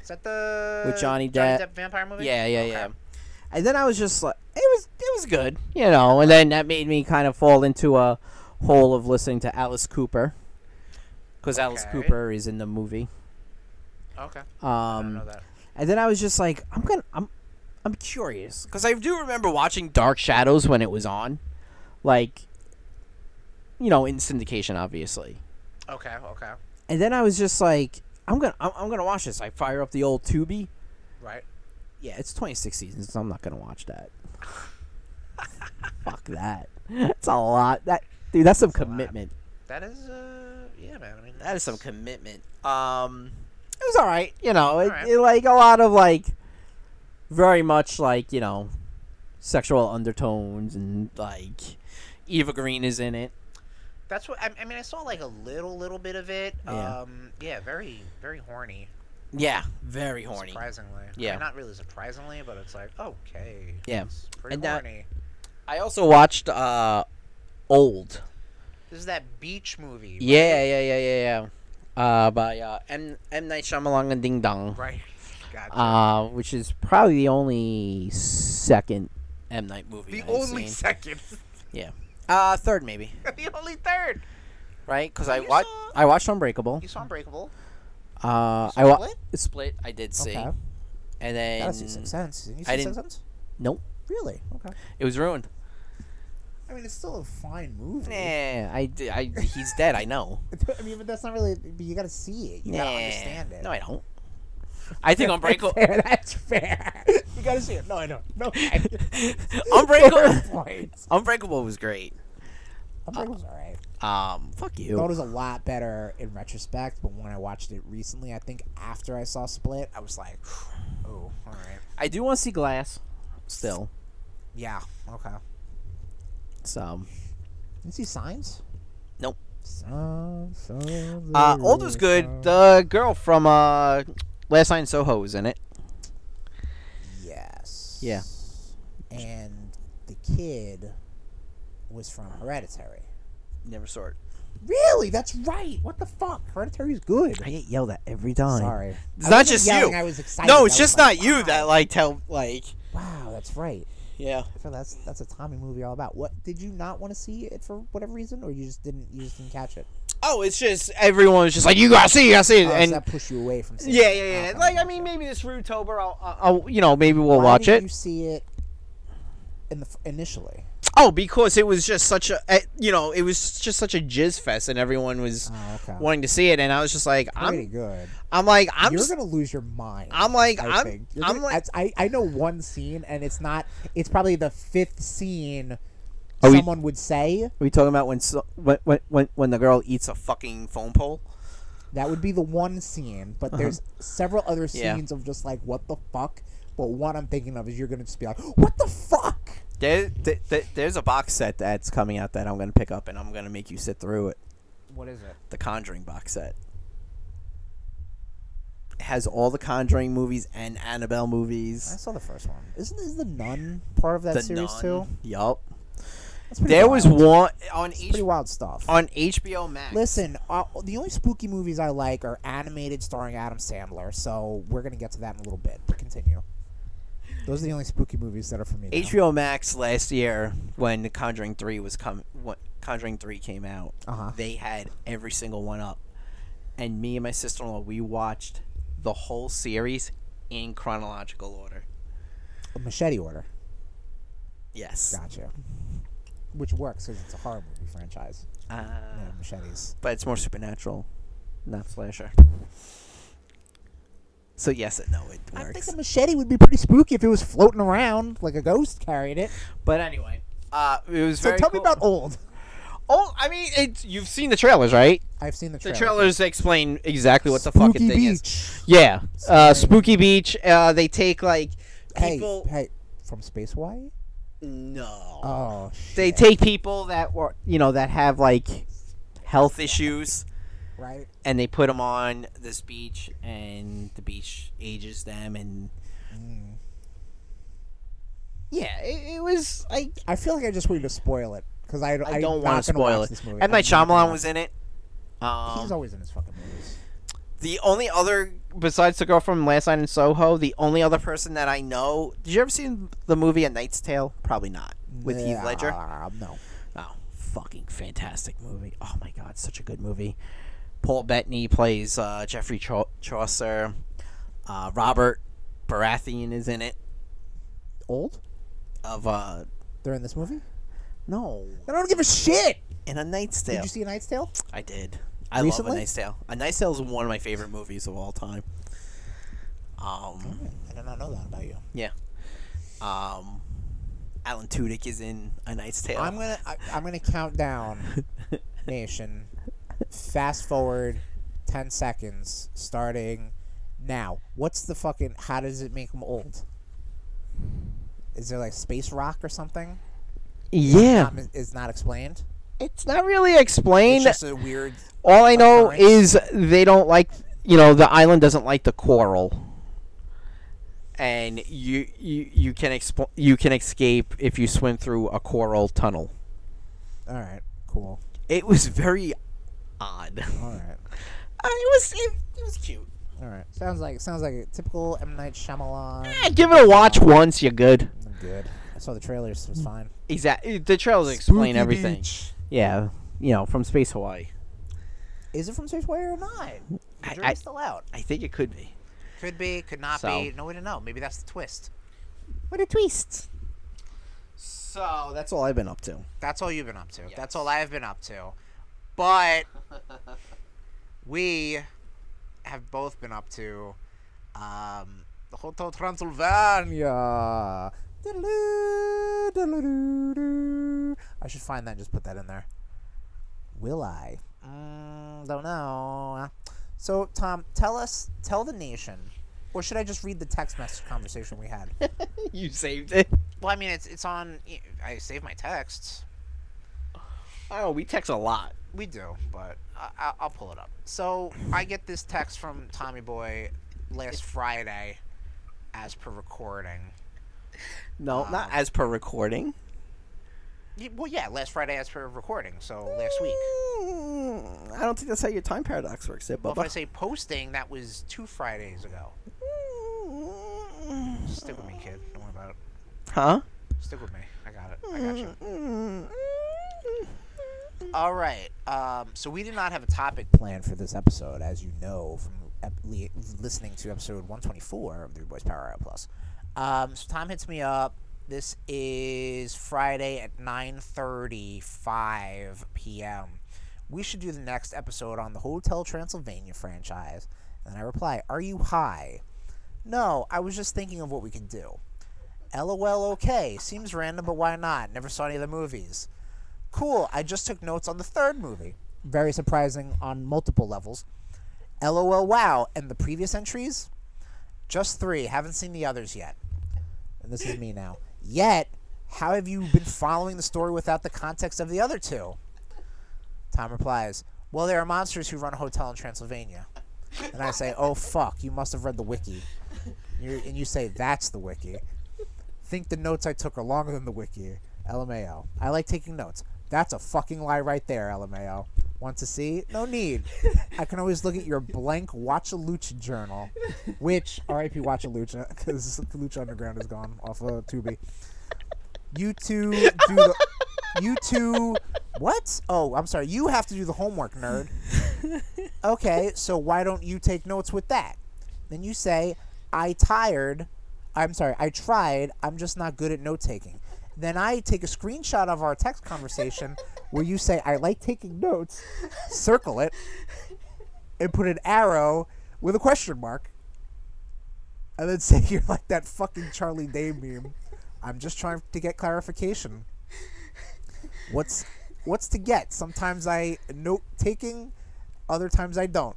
Speaker 5: Is that the
Speaker 2: With Johnny Depp.
Speaker 5: vampire movie?
Speaker 2: Yeah, yeah,
Speaker 5: Okay.
Speaker 2: yeah. And then I was just like, it was, it was good, you know. And then that made me kind of fall into a hole of listening to Alice Cooper, because Alice
Speaker 5: Okay.
Speaker 2: Cooper is in the movie.
Speaker 5: Okay.
Speaker 2: Um,
Speaker 5: I don't know that.
Speaker 2: And then I was just like, I'm gonna, I'm, I'm curious because I do remember watching Dark Shadows when it was on, like, you know, in syndication, obviously.
Speaker 5: Okay. Okay.
Speaker 2: And then I was just like, I'm gonna, I'm, I'm gonna watch this. I fire up the old Tubi.
Speaker 5: Right.
Speaker 2: Yeah, it's 26 seasons. so I'm not gonna watch that. Fuck that. That's a lot. That dude, that's some commitment.
Speaker 5: That is. Uh. Yeah, man. I mean.
Speaker 2: That is some
Speaker 5: that's-
Speaker 2: commitment. Um, it was all right. You know, it,
Speaker 5: right.
Speaker 2: it, like a lot of like very much like you know sexual undertones and like Eva Green is in it.
Speaker 5: That's what I, I mean. I saw like a little, little bit of it.
Speaker 2: Yeah.
Speaker 5: Um. Yeah. Very, very horny.
Speaker 2: Yeah, very horny.
Speaker 5: Surprisingly. I mean,
Speaker 2: Yeah.
Speaker 5: not really surprisingly, but it's like okay.
Speaker 2: Yeah.
Speaker 5: it's pretty
Speaker 2: And that-
Speaker 5: horny.
Speaker 2: I also watched uh Old.
Speaker 5: This is that beach movie. right?
Speaker 2: Yeah, yeah, yeah, yeah, yeah. Uh, by uh, M M Night Shyamalan and Ding Dong.
Speaker 5: Right. Gotcha.
Speaker 2: Uh, which is probably the only second M Night movie.
Speaker 5: the
Speaker 2: I've
Speaker 5: only
Speaker 2: seen.
Speaker 5: second.
Speaker 2: uh third maybe.
Speaker 5: the only third.
Speaker 2: right? Because I
Speaker 5: Oh, You
Speaker 2: watched
Speaker 5: saw-
Speaker 2: I watched Unbreakable.
Speaker 5: You saw Unbreakable.
Speaker 2: Uh,
Speaker 5: saw
Speaker 2: I wa-
Speaker 5: Split?
Speaker 2: Split. I did see,
Speaker 1: Okay.
Speaker 2: and then
Speaker 1: Gotta see Sixth Sense. Didn't you
Speaker 2: I
Speaker 1: see Sixth
Speaker 2: didn't-
Speaker 1: Sense?
Speaker 2: nope,
Speaker 1: Really? Okay.
Speaker 2: it was ruined.
Speaker 1: I mean, it's still a fine movie.
Speaker 2: Yeah, I, d- I- he's dead. I know.
Speaker 1: I mean, but that's not really. But you gotta see it. You gotta
Speaker 2: Nah.
Speaker 1: understand it.
Speaker 2: No, I don't. I think Unbreakable.
Speaker 1: Fair, that's fair. You gotta see it. No, I know. No, I-
Speaker 2: Unbreakable.
Speaker 1: points.
Speaker 2: Unbreakable was great.
Speaker 1: Unbreakable's alright.
Speaker 2: Um, fuck
Speaker 1: I thought it
Speaker 2: you.
Speaker 1: was a lot better in retrospect, but when I watched it recently, I think after I saw Split, I was like, oh, alright.
Speaker 2: I do want to see Glass, still.
Speaker 1: Yeah, okay.
Speaker 2: So,
Speaker 1: Did you see Signs?
Speaker 2: Nope.
Speaker 1: Signs of the
Speaker 2: uh, old was good. The girl from uh, Last Night in Soho was in it.
Speaker 1: Yes.
Speaker 2: Yeah.
Speaker 1: And the
Speaker 16: kid was from Hereditary.
Speaker 7: Never saw it.
Speaker 16: Really? That's right. What the fuck? Hereditary's good.
Speaker 2: I get yelled at every time.
Speaker 16: Sorry.
Speaker 7: It's
Speaker 16: I
Speaker 7: not
Speaker 16: wasn't
Speaker 7: just
Speaker 16: yelling,
Speaker 7: you.
Speaker 16: I was excited.
Speaker 7: No, it's
Speaker 16: I was
Speaker 7: just
Speaker 16: like,
Speaker 7: not you
Speaker 16: wow.
Speaker 7: that like tell like
Speaker 16: Wow, that's right.
Speaker 7: yeah.
Speaker 16: I feel that's that's a Tommy movie all about. What did you not want to see it for whatever reason, or you just didn't you just didn't catch it?
Speaker 7: Oh, it's just everyone was just like you gotta see, it, you gotta see, it.
Speaker 16: Oh, so
Speaker 7: and
Speaker 16: that pushed you away from. Seeing
Speaker 7: yeah,
Speaker 16: it.
Speaker 7: yeah, yeah.
Speaker 16: Okay.
Speaker 7: Like I mean, maybe this Rootober, I'll, I'll, I'll you know, maybe we'll
Speaker 16: Why
Speaker 7: watch
Speaker 16: didn't
Speaker 7: it.
Speaker 16: You see it in the f- initially.
Speaker 7: Oh, because it was just such a, eh, you know, it was just such a jizz fest, and everyone was
Speaker 16: Oh, okay.
Speaker 7: wanting to see it, and I was just like,
Speaker 16: Pretty
Speaker 7: I'm,
Speaker 16: good.
Speaker 7: I'm like, I'm,
Speaker 16: You're
Speaker 7: s-
Speaker 16: gonna lose your mind.
Speaker 7: I'm like,
Speaker 16: I
Speaker 7: I'm,
Speaker 16: think. You're
Speaker 7: I'm
Speaker 16: gonna-
Speaker 7: like,
Speaker 16: that's- I, I know one scene, and it's not. It's probably the fifth scene.
Speaker 2: Are we-
Speaker 16: someone would say
Speaker 2: Are we talking about when so, when when- when when the girl eats a
Speaker 7: a fucking phone pole.
Speaker 16: that would be the one scene, but there's several other
Speaker 7: Yeah.
Speaker 16: scenes of just like what the fuck. But one I'm thinking of is you're gonna just be like, what the fuck?
Speaker 2: There, there, there- there's a box set that's coming out that I'm gonna pick up, and I'm gonna make you sit through it.
Speaker 16: What is it?
Speaker 2: The Conjuring box set it has all the Conjuring movies and Annabelle
Speaker 16: I
Speaker 2: movies.
Speaker 16: saw the first one. Isn't is the nun part of that
Speaker 2: the
Speaker 16: series
Speaker 2: Nun.
Speaker 16: too?
Speaker 2: Yup.
Speaker 16: That's pretty
Speaker 7: There was
Speaker 16: wild.
Speaker 7: one on H,
Speaker 16: pretty wild stuff.
Speaker 7: on HBO Max.
Speaker 16: Listen, uh, the only spooky movies I like are animated starring Adam Sandler, so we're gonna get to that in a little bit. But continue. Those are the only spooky movies that are for me. now.
Speaker 2: HBO Max last year when The Conjuring Three was come when Conjuring Three came out,
Speaker 16: Uh-huh.
Speaker 2: they had every single one up, and me and my sister in law we watched the whole series in chronological order.
Speaker 16: Machete Order.
Speaker 2: Yes,
Speaker 16: Gotcha. Which works because it's a horror movie franchise.
Speaker 7: Ah.
Speaker 2: uh,
Speaker 16: Yeah, machetes.
Speaker 2: but it's more supernatural, not slasher. So yes and no, it
Speaker 16: I think
Speaker 2: works.
Speaker 16: a machete would be pretty spooky if it was floating around like a ghost carried it.
Speaker 2: But anyway, uh, it was
Speaker 16: So
Speaker 2: very.
Speaker 16: tell
Speaker 2: cool.
Speaker 16: me about old.
Speaker 7: oh, I mean, it's, you've seen the trailers, right?
Speaker 16: I've seen the
Speaker 7: The
Speaker 16: trailer.
Speaker 7: trailers explain exactly what the fuck
Speaker 16: spooky
Speaker 7: it thing
Speaker 16: beach.
Speaker 7: is. Yeah, uh, Spooky Beach. Uh, they take like
Speaker 16: Hey,
Speaker 7: people.
Speaker 16: hey, from Space Hawaii.
Speaker 7: No.
Speaker 16: Oh,
Speaker 7: they
Speaker 16: shit.
Speaker 7: take people that were you know that have like
Speaker 2: health issues.
Speaker 16: right.
Speaker 2: and they put them on this beach, and the beach ages them, and
Speaker 7: yeah it, it was I
Speaker 16: I feel like I just wanted to spoil it because I,
Speaker 7: I don't
Speaker 16: want to
Speaker 7: spoil it
Speaker 16: This movie.
Speaker 2: M Night
Speaker 16: I'm not
Speaker 2: Shyamalan
Speaker 16: gonna watch
Speaker 2: was in it.
Speaker 16: it. He's
Speaker 2: Um,
Speaker 16: always in his fucking movies.
Speaker 2: the only other besides the girl from Last Night in Soho, the only other person that I know. Did you ever see the movie A Knight's Tale? Probably not. With Heath Ledger.
Speaker 16: Nah, um, no.
Speaker 2: Oh, fucking fantastic movie! Oh my god, such a good movie. Paul Bettany plays uh, Jeffrey Chau- Chaucer. Uh, Robert Baratheon is in it.
Speaker 16: Old?
Speaker 2: Of uh,
Speaker 16: They're in this movie?
Speaker 2: no,
Speaker 16: I don't give a shit.
Speaker 2: in A Knight's Tale.
Speaker 16: Did you see A Knight's Tale?
Speaker 2: I did. I
Speaker 16: Recently?
Speaker 2: love A Knight's Tale. A Knight's Tale is one of my favorite movies of all time. Um,
Speaker 16: I did not know that about you.
Speaker 2: yeah. Um, Alan Tudyk is in A Knight's Tale.
Speaker 16: I'm gonna I, I'm gonna count down, nation. Fast forward ten seconds, starting now. What's the fucking? How does it make them old? Is there like space rock or something?
Speaker 7: yeah.
Speaker 16: Um, is not explained.
Speaker 7: It's not really explained.
Speaker 16: It's just a weird.
Speaker 7: All I know
Speaker 16: occurrence.
Speaker 7: is they don't like, you know, the island doesn't like the coral.
Speaker 2: and you you you can expo- you can escape if you swim through a coral tunnel.
Speaker 16: All right, cool.
Speaker 2: It was very odd.
Speaker 16: All right,
Speaker 2: Uh, it was it, it was cute.
Speaker 16: all right. Sounds like sounds like a typical M Night Shyamalan.
Speaker 7: Eh, give it a watch once, you're good.
Speaker 16: I'm good. I saw the trailers. It was fine.
Speaker 2: Exactly. The trailers explain
Speaker 7: Spooky
Speaker 2: everything.
Speaker 7: beach.
Speaker 2: Yeah, you know, from Space Hawaii.
Speaker 16: Is it from Space Warrior or not? The
Speaker 2: I-
Speaker 16: jury's
Speaker 2: I-
Speaker 16: still out.
Speaker 2: I think it could be.
Speaker 1: Could be, could not
Speaker 2: So-
Speaker 1: be. No way to know. Maybe that's the twist.
Speaker 2: What a twist! So that's all I've been up to.
Speaker 1: That's all you've been up to. That's all I've been up to. But we have both been up to um, the Hotel Transylvania.
Speaker 16: Diddle-oo, diddle-oo-doo-doo. I should find that and just put that in there. Will I? Mm, don't know. So, Tom, tell us, tell the nation, or should I just read the text message conversation we had?
Speaker 2: You saved it.
Speaker 1: Well, I mean, it's it's on. I save my texts.
Speaker 2: Oh, we text a lot.
Speaker 1: We do, but I, I- I'll pull it up. So I get this text from Tommy Boy last Friday, as per recording.
Speaker 2: No, not as per recording.
Speaker 1: Y- Well, yeah, last Friday as per recording, so last week.
Speaker 18: Mm, I don't think that's how your time paradox works, there,
Speaker 1: Well, if I
Speaker 18: Bubba.
Speaker 1: say posting, that was two Fridays ago. Stick with me, kid. Don't worry about it.
Speaker 18: Huh?
Speaker 1: Stick with me. I got it. I got you. All right. Um, so we did not have a topic planned for this episode, as you know from ep- li- listening to episode 124 of the Three Boys Power Hour Plus. Um, so Tom hits me up. This is Friday at 9:35 p.m. We should do the next episode on the Hotel Transylvania franchise. And I reply, "Are you high?" No, I was just thinking of what we could do. LOL, okay. Seems random, but why not? Never saw any of the movies. Cool. I just took notes on the third movie. Very surprising on multiple levels. LOL, wow. And the previous entries? Just three. Haven't seen the others yet. And this is me now. Yet, how have you been following the story without the context of the other two? Tom replies, Well, there are monsters who run a hotel in Transylvania. And I say, Oh, fuck. You must have read the wiki. You're, and you say, That's the wiki think the notes I took are longer than the wiki. LMAO. I like taking notes. That's a fucking lie right there, LMAO. Want to see? No need. I can always look at your blank Watchalucha journal, which RIP Watchalucha because Lucha uh, Underground is gone off of Tubi. You two do the. You two. What? Oh, I'm sorry. You have to do the homework, nerd. Okay, so why don't you take notes with that? Then you say, I tired. I'm sorry, I tried. I'm just not good at note taking. Then I take a screenshot of our text conversation where you say, I like taking notes, circle it, and put an arrow with a question mark. And then say, You're like that fucking Charlie Day meme. I'm just trying to get clarification. What's what's to get? Sometimes I note taking, other times I don't.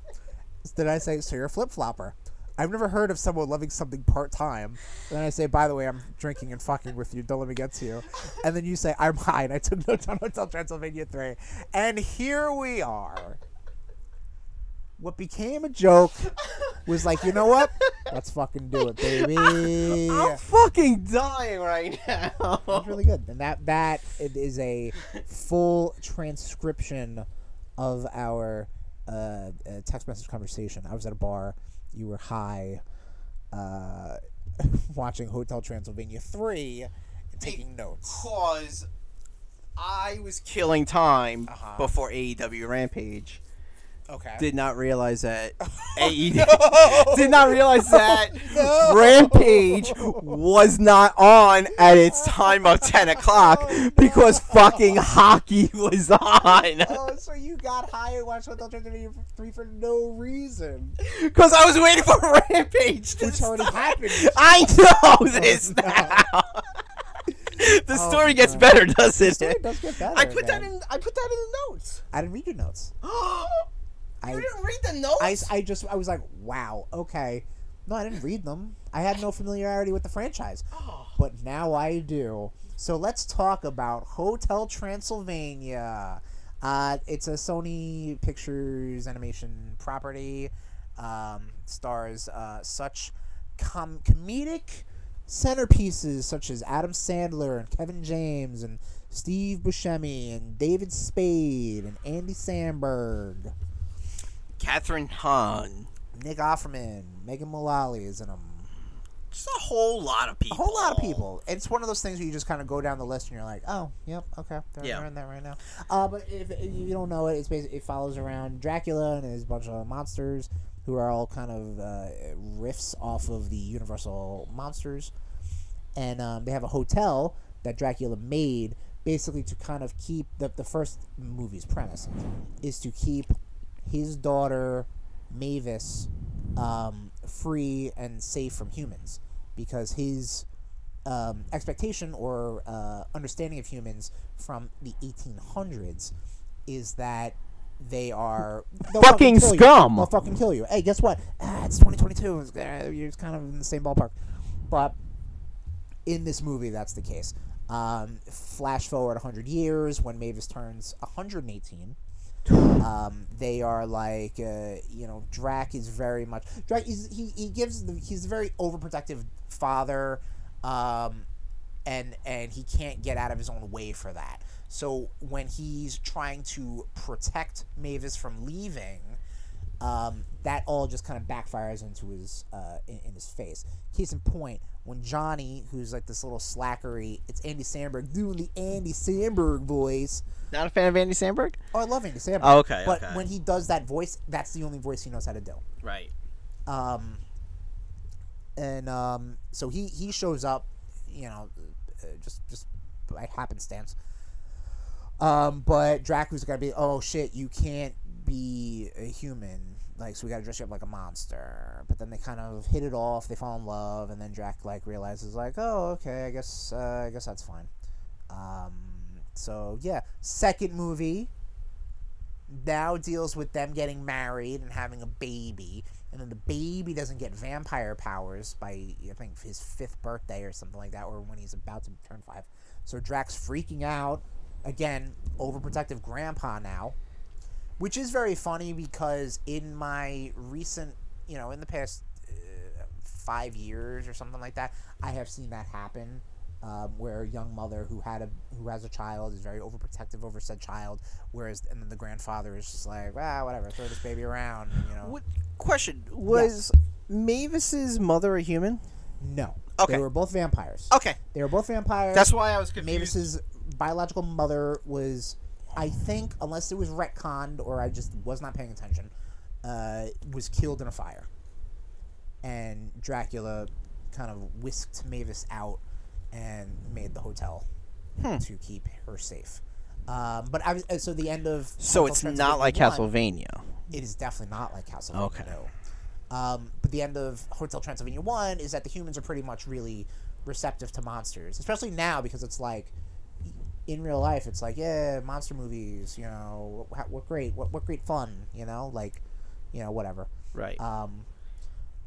Speaker 1: Then I say, So you're a flip flopper. I've never heard of someone loving something part time. And then I say, By the way, I'm drinking and fucking with you. Don't let me get to you. And then you say, I'm high and I took notes on Hotel Transylvania 3. And here we are. What became a joke was like, you know what? Let's fucking do it, baby.
Speaker 2: fucking dying right now.
Speaker 16: That's really good. And that that it is a full transcription of our uh, uh, text message conversation. I was at a bar. You were high, uh, watching Hotel Transylvania three, and taking notes.
Speaker 2: Because I was killing time before AEW Rampage.
Speaker 1: Okay.
Speaker 2: Did not realize that E AEW did not realize that Rampage was not on at its time of ten o'clock because fucking hockey was on.
Speaker 16: Oh, so you got high and watched Hotel Transylvania three for no reason,
Speaker 2: Because I was waiting for Rampage to
Speaker 16: which already
Speaker 2: start.
Speaker 16: happened.
Speaker 2: I know this
Speaker 16: no.
Speaker 2: now. the story gets better, doesn't
Speaker 16: Story
Speaker 2: it?
Speaker 16: does get better,
Speaker 2: I put that
Speaker 16: man.
Speaker 2: in. I put that in the notes.
Speaker 16: I didn't read your notes.
Speaker 2: you
Speaker 16: I
Speaker 2: didn't read the notes.
Speaker 16: I, I just I was like, wow, okay. No, I didn't read them. I had no familiarity with the franchise, but now I do. So let's talk about Hotel Transylvania. Uh, it's a Sony Pictures Animation property. Um, stars uh, such com- comedic centerpieces such as Adam Sandler and Kevin James and Steve Buscemi and David Spade and Andy Samberg.
Speaker 2: Catherine Hahn.
Speaker 16: Nick Offerman, Megan Mullally is in them.
Speaker 2: Just a whole lot of people.
Speaker 16: A whole lot of people. It's one of those things where you just kind of go down the list and you're like, oh, yep, okay, they're,
Speaker 2: Yeah.
Speaker 16: they're in that right now. Uh, but if, if you don't know it, it's basically, it follows around Dracula and his bunch of monsters who are all kind of uh, riffs off of the Universal monsters, and um, they have a hotel that Dracula made basically to kind of keep the the first movie's premise is to keep his daughter Mavis um, free and safe from humans because his um, expectation or uh, understanding of humans from the 1800s is that they are they'll
Speaker 19: Fucking
Speaker 16: kill you.
Speaker 19: scum.
Speaker 16: They'll fucking kill you. Hey, guess what? Ah, it's 2022. It's, uh, You're kind of in the same ballpark, but in this movie, that's the case. Um, flash forward 100 years when Mavis turns 118. Um, they are like, uh, you know, Drac is very much. Drac is he, he gives the he's a very overprotective father. Um, and and he can't get out of his own way for that. So when he's trying to protect Mavis from leaving, um, that all just kind of backfires into his uh, in, in his face. Case in point, when Johnny, who's like this little slackery, it's Andy Sandberg doing the Andy Sandberg voice.
Speaker 2: Not a fan of Andy Sandberg.
Speaker 16: Oh, I love Andy Samberg.
Speaker 2: Oh, okay,
Speaker 16: But
Speaker 2: okay.
Speaker 16: when he does that voice, that's the only voice he knows how to do.
Speaker 2: Right.
Speaker 16: Um, and um, so he he shows up, you know, uh, just just by happenstance. Um, but Dracula's gotta be, oh shit, you can't be a human. Like, so we gotta dress you up like a monster. But then they kind of hit it off. They fall in love, and then Drac like realizes, like, oh okay, I guess uh, I guess that's fine. Um, so yeah, second movie now deals with them getting married and having a baby, and then the baby doesn't get vampire powers by I think his fifth birthday or something like that, or when he's about to turn five. So Drax freaking out again, overprotective grandpa now, which is very funny because in my recent, you know, in the past uh, five years or something like that, I have seen that happen um, where a young mother who had a who has a child is very overprotective over said child, whereas and then the grandfather is just like, ah, whatever, throw this baby around, you know.
Speaker 7: What question was Mavis's mother a human?
Speaker 16: No,
Speaker 7: Okay.
Speaker 16: they were both vampires.
Speaker 7: Okay,
Speaker 16: They were both vampires.
Speaker 7: that's why I was confused.
Speaker 16: Mavis's biological mother was, I think, unless it was retconned or I just was not paying attention, uh, was killed in a fire. And Dracula kind of whisked Mavis out and made the hotel
Speaker 2: Hmm.
Speaker 16: to keep her safe. Um, but I was uh, so the end of
Speaker 2: So
Speaker 16: Hotel
Speaker 2: it's
Speaker 16: Transylvania
Speaker 2: not like
Speaker 16: 1,
Speaker 2: Castlevania.
Speaker 16: It is definitely not like Castlevania.
Speaker 2: Okay.
Speaker 16: no. Um, but the end of Hotel Transylvania 1 is that the humans are pretty much really receptive to monsters, especially now because it's like in real life, it's like, yeah, monster movies, you know, what, what great, what, what great fun, you know, like, you know, whatever.
Speaker 2: Right.
Speaker 16: Um,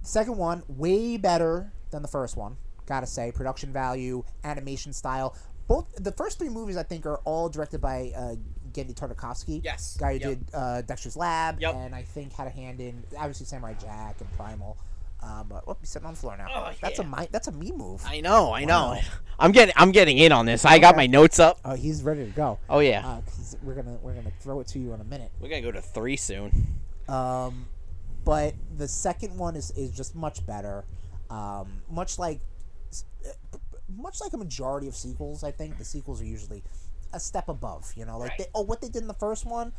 Speaker 16: second one, way better than the first one. Gotta say, production value, animation style. Both the first three movies, I think, are all directed by uh, Gendy Tartakovsky.
Speaker 7: Yes.
Speaker 16: guy who
Speaker 7: Yep.
Speaker 16: did uh, Dexter's Lab,
Speaker 7: Yep.
Speaker 16: and I think had a hand in obviously Samurai Jack and Primal. Um, but oh, he's sitting on the floor now.
Speaker 7: Oh,
Speaker 16: that's a
Speaker 7: yeah.
Speaker 16: mi- that's a me move.
Speaker 7: I know, I know.
Speaker 16: Wow.
Speaker 7: I'm getting, I'm getting in on this. I got
Speaker 16: Okay.
Speaker 7: my notes up.
Speaker 16: Oh, he's ready to go.
Speaker 7: Oh yeah,
Speaker 16: Uh, 'cause we're gonna we're gonna throw it to you in a minute.
Speaker 7: we're gonna go to three soon.
Speaker 16: Um, but the second one is, is just much better. Um, much like eh, much like a majority of sequels, I think the sequels are usually a step above. You know, like they, oh, what they did in the first one,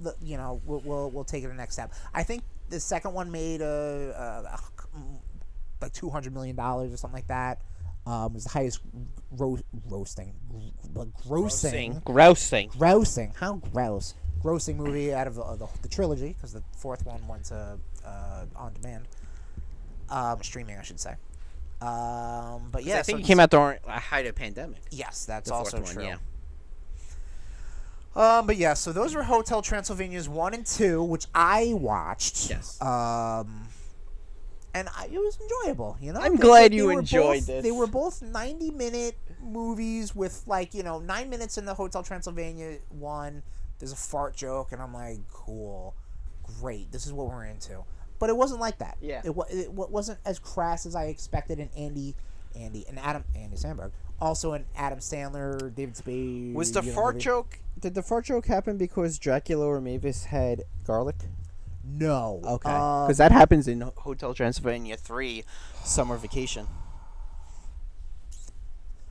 Speaker 16: the, you know, we'll, we'll we'll take it to the next step. I think the second one made uh, a, a mm, like two hundred million dollars or something like that. Um, it was the highest ro- roasting, gr- grossing
Speaker 7: Grousing.
Speaker 16: grousing. How gross? Grousing movie out of the, the, the trilogy because the fourth one went to uh, on demand, um, streaming, I should say. Um, but yeah,
Speaker 7: I think
Speaker 16: so
Speaker 7: it came out during a height of pandemic.
Speaker 16: Yes, that's
Speaker 7: The fourth
Speaker 16: also
Speaker 7: one,
Speaker 16: true.
Speaker 7: yeah.
Speaker 16: Um, but yeah, so those were Hotel Transylvania's one and two, which I watched.
Speaker 7: Yes.
Speaker 16: Um, and I, it was enjoyable. You know,
Speaker 7: I'm
Speaker 16: They-
Speaker 7: glad
Speaker 16: they-
Speaker 7: you
Speaker 16: they were
Speaker 7: enjoyed
Speaker 16: both-
Speaker 7: this.
Speaker 16: They were both 90 minute movies with like you know nine minutes in the Hotel Transylvania one. There's a fart joke, and I'm like, cool, great. This is what we're into. But it wasn't like that.
Speaker 7: Yeah.
Speaker 16: It, wa- it wa- wasn't as crass as I expected. And Andy, Andy, and Adam, Andy Sandberg, also an Adam Sandler, David Spade.
Speaker 7: Was the
Speaker 16: you know,
Speaker 7: fart
Speaker 16: movie.
Speaker 7: joke?
Speaker 20: Did the fart joke happen because Dracula or Mavis had garlic?
Speaker 16: No.
Speaker 20: Okay,
Speaker 16: Um,
Speaker 20: because that happens in
Speaker 7: Hotel Transylvania three, summer vacation.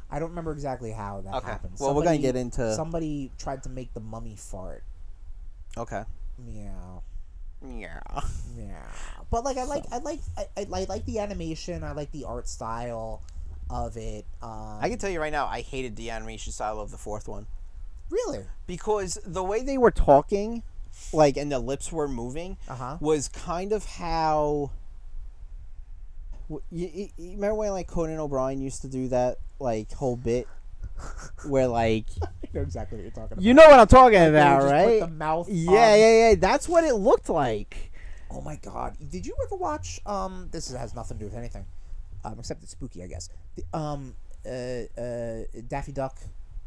Speaker 16: I don't remember exactly how that
Speaker 7: Okay.
Speaker 16: happened.
Speaker 20: Well, we're gonna get into-
Speaker 16: Somebody tried to make the mummy fart.
Speaker 20: okay.
Speaker 16: Meow.
Speaker 7: Yeah.
Speaker 16: Yeah. But like I like I like I, I, I like the animation. I like the art style of it. Um,
Speaker 7: I can tell you right now, I hated the animation style of the fourth one
Speaker 16: really.
Speaker 7: because the way they were talking, like, and the lips were moving,
Speaker 16: Uh-huh.
Speaker 7: was kind of how.
Speaker 20: W- You, you, you remember when like Conan O'Brien used to do that like whole bit where like
Speaker 16: I know exactly what you're talking about.
Speaker 20: you know what I'm talking
Speaker 16: They would
Speaker 20: about,
Speaker 16: just
Speaker 20: right?
Speaker 16: Put the mouth.
Speaker 20: Yeah,
Speaker 16: on-
Speaker 20: yeah, yeah. That's what it looked like.
Speaker 16: Oh my god! Did you ever watch? Um, this has nothing to do with anything, um, except it's spooky, I guess. The, um, uh, uh, Daffy Duck.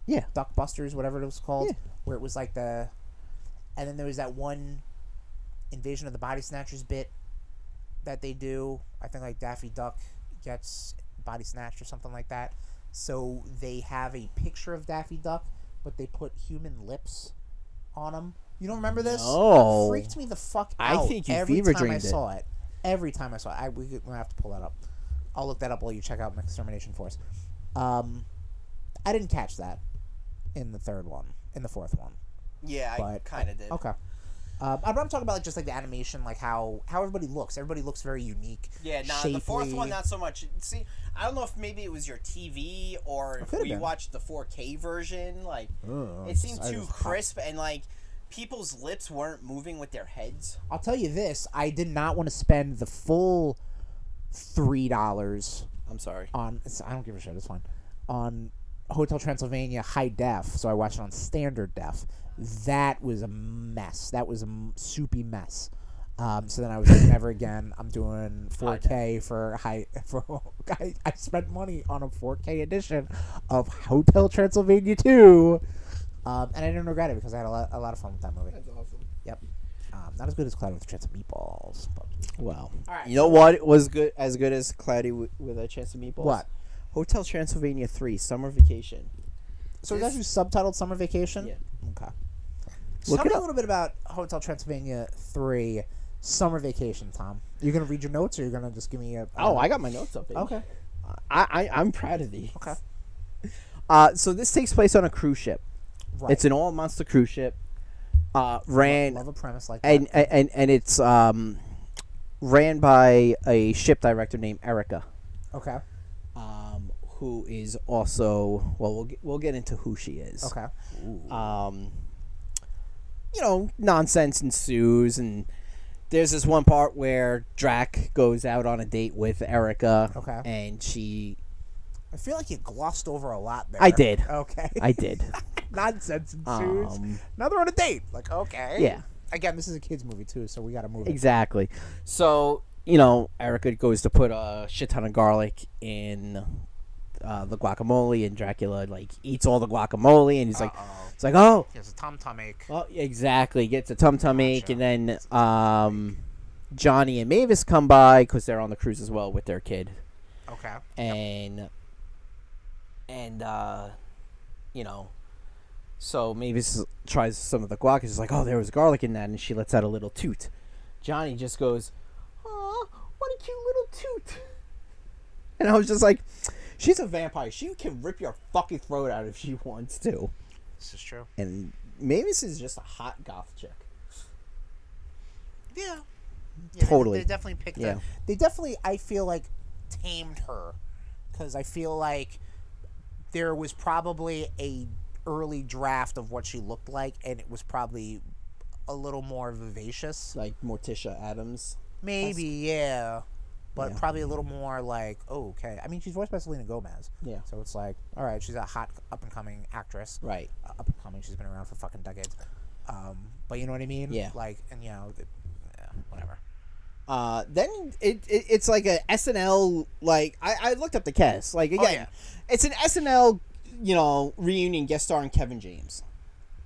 Speaker 20: Yeah.
Speaker 16: Duck Busters, whatever it was called,
Speaker 20: Yeah.
Speaker 16: where it was like the, and then there was that one, Invasion of the Body Snatchers bit, that they do. I think like Daffy Duck gets body snatched or something like that, So they have a picture of Daffy Duck, but they put human lips on him. You don't remember this?
Speaker 21: No.
Speaker 16: It freaked me the fuck
Speaker 21: I
Speaker 16: out.
Speaker 21: think you
Speaker 16: every
Speaker 21: fever
Speaker 16: time I
Speaker 21: dreamed it.
Speaker 16: saw it. Every time I saw it, I we, we're gonna have to pull that up. I'll look that up while you check out Extermination Force. Um, I didn't catch that in the third one, in the fourth one.
Speaker 22: Yeah, I
Speaker 16: But-
Speaker 22: kind of did.
Speaker 16: Okay. Uh, I'm I'm talking about like just like the animation, like how how everybody looks. Everybody looks very unique.
Speaker 22: Yeah, nah, the fourth one uh,
Speaker 16: shapely.
Speaker 22: not so much. See, I don't know if maybe it was your TV or if
Speaker 16: could've
Speaker 22: we
Speaker 16: been.
Speaker 22: watched the 4K version. Like,
Speaker 21: Oh,
Speaker 22: it seemed
Speaker 21: I
Speaker 22: too
Speaker 21: just-
Speaker 22: crisp and like people's lips weren't moving with their heads.
Speaker 16: I'll tell you this: I did not want to spend the full three dollars
Speaker 22: I'm sorry.
Speaker 16: on. it's- I don't give a shit. It's fine. On Hotel Transylvania high def, so I watched it on standard def. That was a mess. That was a m- soupy mess. Um, so then I was like, never again. I'm doing 4K for high. For I, I spent money on a 4K edition of Hotel Transylvania 2, um, and I didn't regret it because I had a lot, a lot of fun with that movie. That's awesome. Yep. Um, not as good as Cloud with a Chance of Meatballs, but
Speaker 2: Wow.
Speaker 16: right,
Speaker 2: you know what was good as good as Cloudy w- with a Chance of Meatballs?
Speaker 16: What?
Speaker 2: Hotel Transylvania 3 Summer Vacation.
Speaker 16: So it's actually subtitled Summer Vacation.
Speaker 2: Yeah.
Speaker 16: Okay.
Speaker 2: Look
Speaker 16: Tell
Speaker 2: it
Speaker 16: me a
Speaker 2: up.
Speaker 16: little bit about Hotel Transylvania Three Summer Vacation, Tom. You're gonna read your notes, or you're gonna just give me a.
Speaker 2: Oh, I got my notes up. baby.
Speaker 16: Okay.
Speaker 2: I, I I'm proud of these.
Speaker 16: Okay.
Speaker 2: Uh, so this takes place on a cruise ship.
Speaker 16: Right.
Speaker 2: It's an all monster cruise ship. Uh, ran
Speaker 16: Love a premise like that.
Speaker 2: and and and it's um, ran by a ship director named Erica,
Speaker 16: Okay.
Speaker 2: um, who is also well. We'll get, we'll get into who she is.
Speaker 16: Okay.
Speaker 2: Um, you know, nonsense ensues, and there's this one part where Drac goes out on a date with Erica.
Speaker 16: Okay.
Speaker 2: And she,
Speaker 16: I feel like you glossed over a lot there.
Speaker 2: I did.
Speaker 16: Okay.
Speaker 2: I did.
Speaker 16: Nonsense ensues.
Speaker 2: um,
Speaker 16: now they're on a date. Like okay.
Speaker 2: yeah.
Speaker 16: Again, this is a kids' movie too, so we gotta move. it.
Speaker 2: Exactly. So you know, Erica goes to put a shit ton of garlic in uh, the guacamole, and Dracula like eats all the guacamole, and he's like, it's like, oh,
Speaker 1: He has a tom tom ache.
Speaker 2: well, exactly. Gets a tum tum ache,
Speaker 1: Gotcha.
Speaker 2: and then um, Johnny and Mavis come by because they're on the cruise as well with their kid,
Speaker 1: Okay.
Speaker 2: and and uh, you know. So Mavis tries some of the guac. and She's like, "Oh, there was garlic in that," and she lets out a little toot. Johnny just goes, "Aw, what a cute little toot!" And I was just like, "She's a vampire. She can rip your fucking throat out if she wants to."
Speaker 1: This is true.
Speaker 2: And Mavis is just a hot goth chick.
Speaker 1: Yeah. yeah they-
Speaker 2: Totally.
Speaker 1: They, definitely picked
Speaker 2: Yeah.
Speaker 1: the
Speaker 16: They definitely, I feel like, tamed her, because I feel like there was probably a early draft of what she looked like, and it was probably a little more vivacious.
Speaker 2: like Morticia Adams.
Speaker 16: Maybe, yeah. But probably a little more like, oh, okay. I mean, she's voiced by Selena Gomez.
Speaker 2: Yeah.
Speaker 16: So it's like, all right, she's a hot up and coming actress.
Speaker 2: Right.
Speaker 16: Uh, up and coming. She's been around for fucking decades. Um, but you know what I mean?
Speaker 2: Yeah.
Speaker 16: Like, and you know, th- yeah, whatever.
Speaker 2: Uh, then it, it it's like a SNL like I, I looked up the cast like again,
Speaker 1: yeah.
Speaker 2: it's an SNL you know reunion guest starring Kevin James,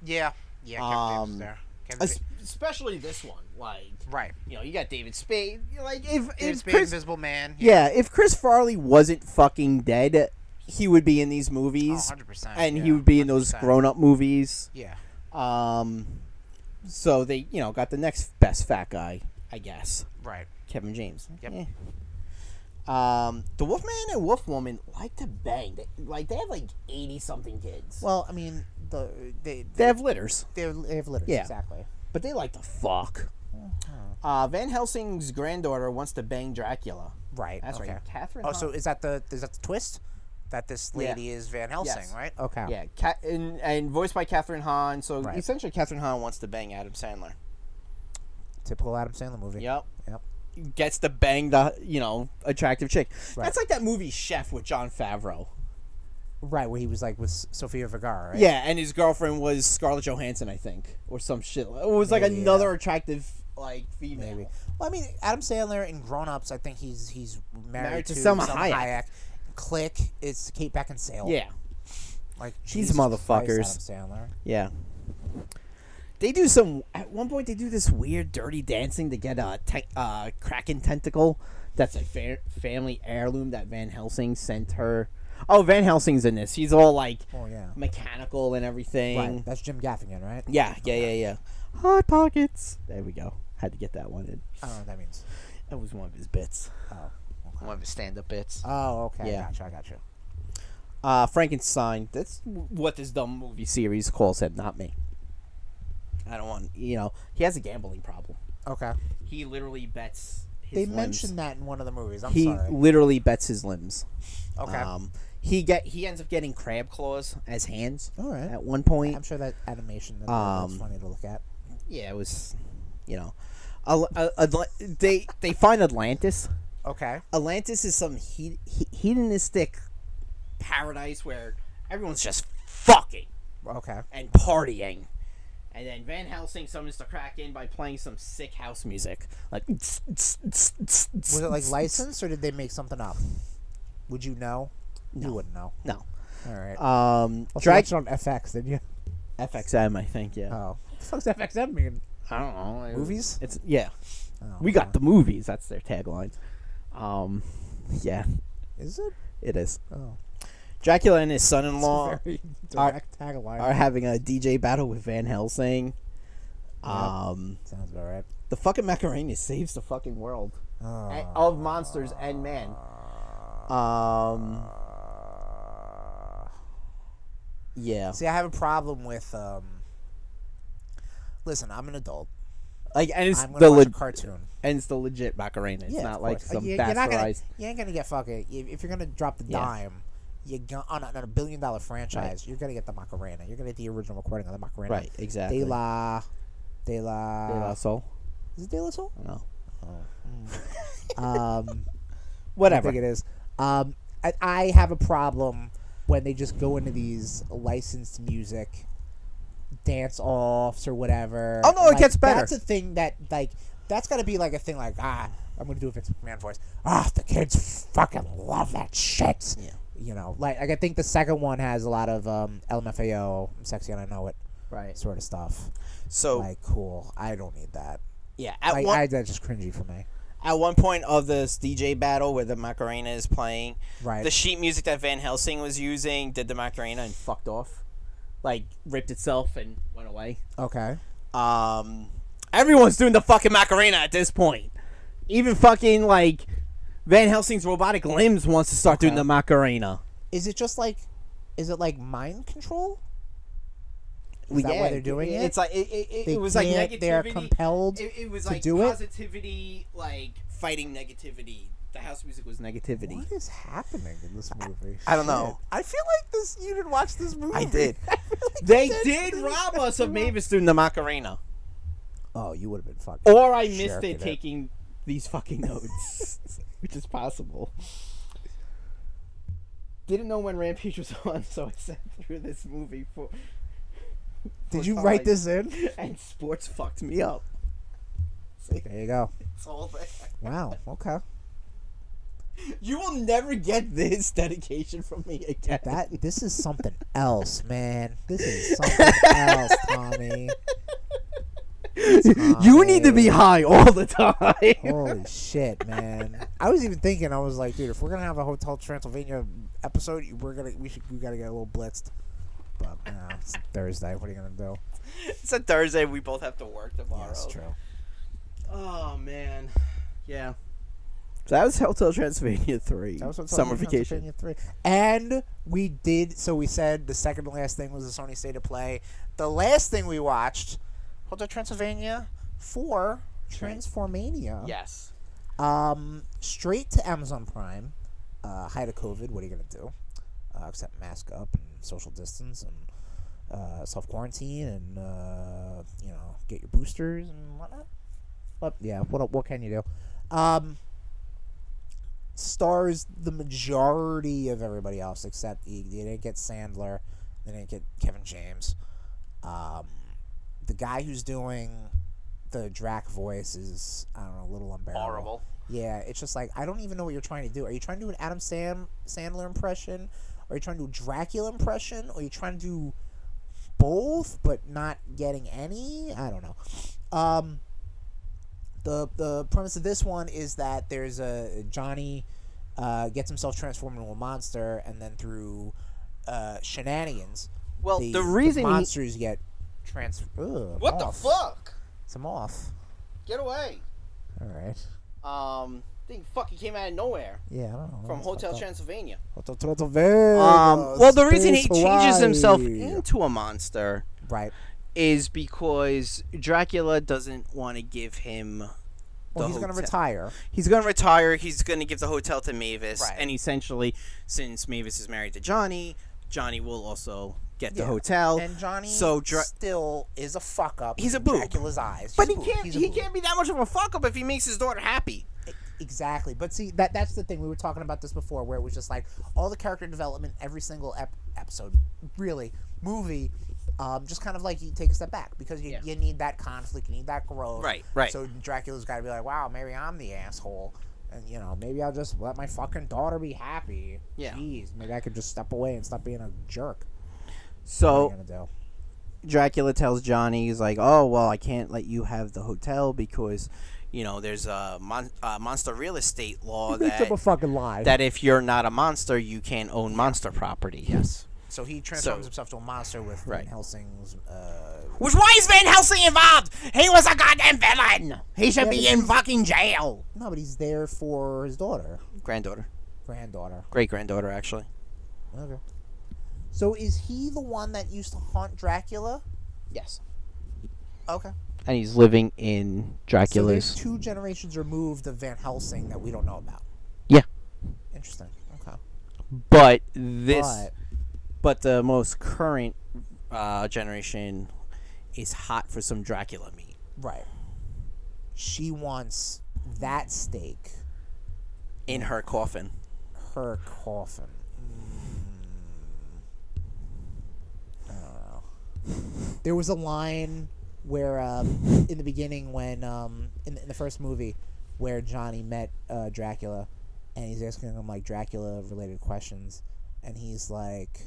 Speaker 1: Yeah. Yeah. Kevin James
Speaker 2: Um,
Speaker 1: is there. Kevin
Speaker 2: Es-
Speaker 1: Ja-
Speaker 2: especially this one like
Speaker 1: right.
Speaker 2: you know you got David Spade like if,
Speaker 1: It's
Speaker 2: if
Speaker 1: big
Speaker 2: Chris,
Speaker 1: Invisible Man.
Speaker 2: yeah if Chris Farley wasn't fucking dead he would be in these movies
Speaker 1: 100%,
Speaker 2: and he
Speaker 1: yeah,
Speaker 2: would be in those
Speaker 1: 100%.
Speaker 2: grown up movies
Speaker 1: Yeah.
Speaker 2: um so they you know got the next best fat guy I guess
Speaker 1: Right.
Speaker 2: Kevin James.
Speaker 1: Yep.
Speaker 2: Eh. Um, the Wolfman and Wolfwoman like to bang. They, like they have like eighty something kids.
Speaker 16: Well, I mean, the they
Speaker 2: they have litters,
Speaker 16: they they have litters
Speaker 2: Yeah.
Speaker 16: exactly.
Speaker 2: but they like to fuck.
Speaker 16: Uh-huh.
Speaker 2: Uh, Van Helsing's granddaughter wants to bang Dracula.
Speaker 16: Right.
Speaker 2: That's
Speaker 16: okay.
Speaker 2: right, Catherine.
Speaker 16: Oh, so is that the is that the twist? That this
Speaker 2: Yeah.
Speaker 16: lady is Van Helsing,
Speaker 2: Yes.
Speaker 16: right? Okay.
Speaker 2: Hahn. yeah, Ca- and, and voiced by Catherine Hahn. So
Speaker 16: Right.
Speaker 2: essentially, Catherine Hahn wants to bang Adam Sandler.
Speaker 16: Typical Adam Sandler movie.
Speaker 2: Yep.
Speaker 16: Yep.
Speaker 2: Gets to bang the you know attractive chick.
Speaker 16: Right.
Speaker 2: That's like that movie Chef with John Favreau.
Speaker 16: Right, where he was like with S- Sofia Vergara, right?
Speaker 2: Yeah, and his girlfriend was Scarlett Johansson, I think, or some shit. It was like
Speaker 16: Maybe,
Speaker 2: another attractive like female.
Speaker 16: Maybe. Well, I mean, Adam Sandler in Grown Ups, I think he's he's married,
Speaker 2: Married
Speaker 16: to,
Speaker 2: to Selma
Speaker 16: Selma Hayek.
Speaker 2: Hayek.
Speaker 16: Click is Kate Beckinsale.
Speaker 2: Yeah,
Speaker 16: like
Speaker 2: These
Speaker 16: Jesus
Speaker 2: motherfuckers.
Speaker 16: Christ, Adam Sandler.
Speaker 2: yeah. They do some. At one point, they do this weird, dirty dancing to get a te- uh, kraken tentacle. That's a fa- family heirloom that Van Helsing sent her. Oh, Van Helsing's in this. He's all like
Speaker 16: Oh yeah.
Speaker 2: mechanical and everything.
Speaker 16: Right. That's Jim Gaffigan, right?
Speaker 2: Yeah, yeah, yeah, yeah. Hot pockets. There we go. Had to get that one in.
Speaker 16: I don't know what that means.
Speaker 2: That was one of his bits.
Speaker 16: Oh. okay.
Speaker 2: One of his stand-up bits.
Speaker 16: Oh, okay.
Speaker 2: Yeah.
Speaker 16: I gotcha. I gotcha.
Speaker 2: Uh, Frankenstein. That's what this dumb movie series calls him, not me. I don't want you know. He has a gambling problem.
Speaker 16: Okay.
Speaker 2: He literally bets. His
Speaker 16: They
Speaker 2: limbs.
Speaker 16: mentioned that in one of the movies. I'm
Speaker 2: he
Speaker 16: sorry.
Speaker 2: literally bets his limbs.
Speaker 16: Okay.
Speaker 2: Um, he get he ends up getting crab claws as hands.
Speaker 16: All right.
Speaker 2: At one point,
Speaker 16: I'm sure that animation is
Speaker 2: Um,
Speaker 16: funny to look at.
Speaker 2: yeah, it was, you know, Al- uh, Atla- they they find Atlantis.
Speaker 16: Okay.
Speaker 2: Atlantis is some he- he- hedonistic paradise where everyone's just fucking
Speaker 16: Okay.
Speaker 2: and partying. And then Van Helsing summons the Kraken by playing some sick house music. Like was
Speaker 16: Was it like licensed or did they make something up? Would you know? You wouldn't know.
Speaker 2: No.
Speaker 16: All right.
Speaker 2: Um
Speaker 16: Also,
Speaker 2: Drag
Speaker 16: watched it on FX, did you?
Speaker 2: FXM, I think, yeah.
Speaker 16: Oh. What the fuck's FXM mean?
Speaker 2: I don't know. it-
Speaker 16: Movies?
Speaker 2: It's yeah.
Speaker 16: Oh,
Speaker 2: We got the movies, that's their tagline. Um yeah,
Speaker 16: Is it?
Speaker 2: it is.
Speaker 16: Oh.
Speaker 2: Dracula and his son-in-law
Speaker 16: Very
Speaker 2: Are-
Speaker 16: direct tagline.
Speaker 2: are having a DJ battle with Van Helsing. Um
Speaker 16: Sounds about right.
Speaker 2: the fucking Macarena saves the fucking world.
Speaker 16: Oh.
Speaker 2: and- of monsters and men. Um. Yeah,
Speaker 16: See, I have a problem with. Um, listen, I'm an adult.
Speaker 2: like and it's
Speaker 16: I'm
Speaker 2: the
Speaker 16: gonna watch
Speaker 2: le-
Speaker 16: a cartoon.
Speaker 2: and it's the legit Macarena. It's
Speaker 16: Yeah,
Speaker 2: not
Speaker 16: of
Speaker 2: like
Speaker 16: course.
Speaker 2: some
Speaker 16: you, you're not gonna,
Speaker 2: bastardized.
Speaker 16: you ain't gonna get fucking. If, if you're gonna drop the
Speaker 2: Yeah.
Speaker 16: dime, you're gonna, on, a, on a billion dollar franchise, you're gonna get the Macarena. You're gonna get the original recording of the Macarena.
Speaker 2: Right, exactly.
Speaker 16: De la, de la,
Speaker 2: De La Soul.
Speaker 16: is it De La Soul?
Speaker 2: No.
Speaker 16: Um,
Speaker 2: Whatever.
Speaker 16: I think it is. Um, I, I have a problem when they just go into these licensed music dance offs or whatever.
Speaker 2: Oh, no, it
Speaker 16: Like,
Speaker 2: gets better.
Speaker 16: That's a thing that like that's got to be like a thing like ah I'm gonna do a Vince McMahon voice. Ah, the kids fucking love that shit.
Speaker 2: Yeah.
Speaker 16: You know, like, like I think the second one has a lot of um, LMFAO, I'm sexy and I know it,
Speaker 2: Right.
Speaker 16: sort of stuff.
Speaker 2: So
Speaker 16: Like, cool. I don't need that.
Speaker 2: yeah, at
Speaker 16: Like,
Speaker 2: one
Speaker 16: I, that's just cringy for me.
Speaker 2: at one point of this DJ battle where the Macarena is playing,
Speaker 16: Right.
Speaker 2: the sheet music that Van Helsing was using did the Macarena and fucked off, like ripped itself and went away.
Speaker 16: okay.
Speaker 2: Um, everyone's doing the fucking Macarena at this point. Even fucking like Van Helsing's robotic limbs wants to start doing the
Speaker 16: Uh-huh.
Speaker 2: Macarena.
Speaker 16: Is it just like, is it like mind control?
Speaker 2: Is
Speaker 16: that why they're doing it?
Speaker 2: It's like it, it, it,
Speaker 16: They
Speaker 2: it was like
Speaker 16: can't-
Speaker 2: negativity.
Speaker 16: they're compelled
Speaker 2: It, it was
Speaker 16: to
Speaker 2: like
Speaker 16: do it?
Speaker 2: positivity, like fighting negativity. The house music was negativity.
Speaker 16: What is happening in this movie?
Speaker 2: I don't know.
Speaker 16: I feel like this. You didn't watch this movie.
Speaker 2: I did. They did rob us of Mavis doing the Macarena,
Speaker 16: Oh, you would have been fucking.
Speaker 2: or I missed
Speaker 16: Jerking
Speaker 2: it
Speaker 16: it.
Speaker 2: taking these fucking notes, which is possible. Didn't know when Rampage was on, so I sat through this movie for
Speaker 16: Did you write this in?
Speaker 2: and sports fucked me up.
Speaker 16: There you go.
Speaker 2: It's all there.
Speaker 16: Wow. Okay.
Speaker 2: You will never get this dedication from me again.
Speaker 16: That this is something else, man. This is something else, Tommy.
Speaker 2: you need to be high all the time.
Speaker 16: Holy shit, man! I was even thinking. I was like, dude, if we're gonna have a Hotel Transylvania episode, we're gonna we should we gotta get a little blitzed. But you know, it's Thursday. What are you gonna do?
Speaker 2: It's a Thursday. We both have to work
Speaker 16: Yeah,
Speaker 2: tomorrow.
Speaker 16: that's true.
Speaker 2: Oh man. Yeah. So that was Hotel Transylvania three.
Speaker 16: That was what
Speaker 2: Summer
Speaker 16: Television
Speaker 2: vacation.
Speaker 16: Transylvania Three, and we did. So we said the second to last thing was the Sony State of Play. The last thing we watched, Hotel Transylvania Four, Transformania.
Speaker 2: Yes.
Speaker 16: Um, straight to Amazon Prime. Uh, high to COVID. What are you gonna do? Uh, except mask up and social distance and uh, self quarantine and uh, you know get your boosters and whatnot. But yeah, what what can you do? Um, stars the majority of everybody else except he, they didn't get Sandler, they didn't get Kevin James. Um, the guy who's doing the Drac voice is I don't know a little unbearable.
Speaker 1: Horrible.
Speaker 16: Yeah, it's just like I don't even know what you're trying to do. Are you trying to do an Adam Sam Sandler impression? Are you trying to do a Dracula impression? Are you trying to do both but not getting any? I don't know. Um, the the premise of this one is that there's a Johnny uh, gets himself transformed into a monster, and then through uh, shenanigans,
Speaker 23: Well, the reason he-
Speaker 16: monsters get transformed.
Speaker 1: What the fuck?
Speaker 16: I'm off.
Speaker 1: Get away.
Speaker 16: All right.
Speaker 1: Um, thing fucking came out of nowhere
Speaker 16: Yeah, I don't know.
Speaker 1: from Hotel Transylvania.
Speaker 16: Hotel Transylvania.
Speaker 2: Um, well, the reason he
Speaker 7: Space
Speaker 2: changes himself
Speaker 7: Hawaii.
Speaker 2: into a monster
Speaker 16: right.
Speaker 2: is because Dracula doesn't want to give him. The
Speaker 16: Well, he's gonna
Speaker 2: hotel.
Speaker 16: retire.
Speaker 2: He's going to retire. He's going to give the hotel to Mavis,
Speaker 16: Right.
Speaker 2: and essentially, since Mavis is married to Johnny, Johnny will also get the
Speaker 16: Yeah.
Speaker 2: hotel.
Speaker 16: And Johnny
Speaker 2: So Dra-
Speaker 16: still is a fuck up.
Speaker 2: He's a
Speaker 16: in
Speaker 2: boob.
Speaker 16: Dracula's eyes.
Speaker 2: but he
Speaker 16: He's a boob.
Speaker 2: can't.
Speaker 16: He's a
Speaker 2: He
Speaker 16: boob.
Speaker 2: can't be that much of a fuck up if he makes his daughter happy.
Speaker 16: Exactly. But see, that that's the thing. We were talking about this before, where it was just like all the character development, every single ep- episode, really, movie, um, just kind of like you take a step back because you, you need that conflict, you need that growth.
Speaker 2: Right, right.
Speaker 16: So Dracula's got to be like, wow, maybe I'm the asshole. And, you know, maybe I'll just let my fucking daughter be happy.
Speaker 2: Yeah.
Speaker 16: Jeez, maybe I could just step away and stop being a jerk.
Speaker 2: So
Speaker 16: What am I gonna do?
Speaker 2: Dracula tells Johnny, he's like, "Oh well, I can't let you have the hotel because, you know, there's a mon- uh, monster real estate
Speaker 16: Oh,
Speaker 2: law
Speaker 7: Make
Speaker 2: that
Speaker 7: up a fucking lie.
Speaker 2: that if you're not a monster, you can't own monster property." Yes.
Speaker 16: So he transforms
Speaker 2: So-
Speaker 16: himself to a monster with
Speaker 2: Right.
Speaker 16: Van Helsing's. Uh,
Speaker 2: Which why is Van Helsing involved? He was a goddamn villain. He should be in fucking jail.
Speaker 16: no, but he's there for his daughter,
Speaker 2: Granddaughter,
Speaker 16: granddaughter.
Speaker 2: great granddaughter, actually.
Speaker 16: Okay. So is he the one that used to haunt Dracula?
Speaker 2: Yes.
Speaker 16: Okay.
Speaker 2: And he's living in
Speaker 16: So there's
Speaker 2: Dracula's.
Speaker 16: two generations removed of Van Helsing that we don't know about.
Speaker 2: Yeah.
Speaker 16: Interesting. Okay.
Speaker 2: but this,
Speaker 16: But-
Speaker 2: but the most current uh, generation is hot for some Dracula meat.
Speaker 16: Right. She wants that steak,
Speaker 2: in her coffin.
Speaker 16: her coffin. Mm. I don't know. There was a line where um, in the beginning when um, in, the, in the first movie where Johnny met uh, Dracula and he's asking him like Dracula related questions and he's like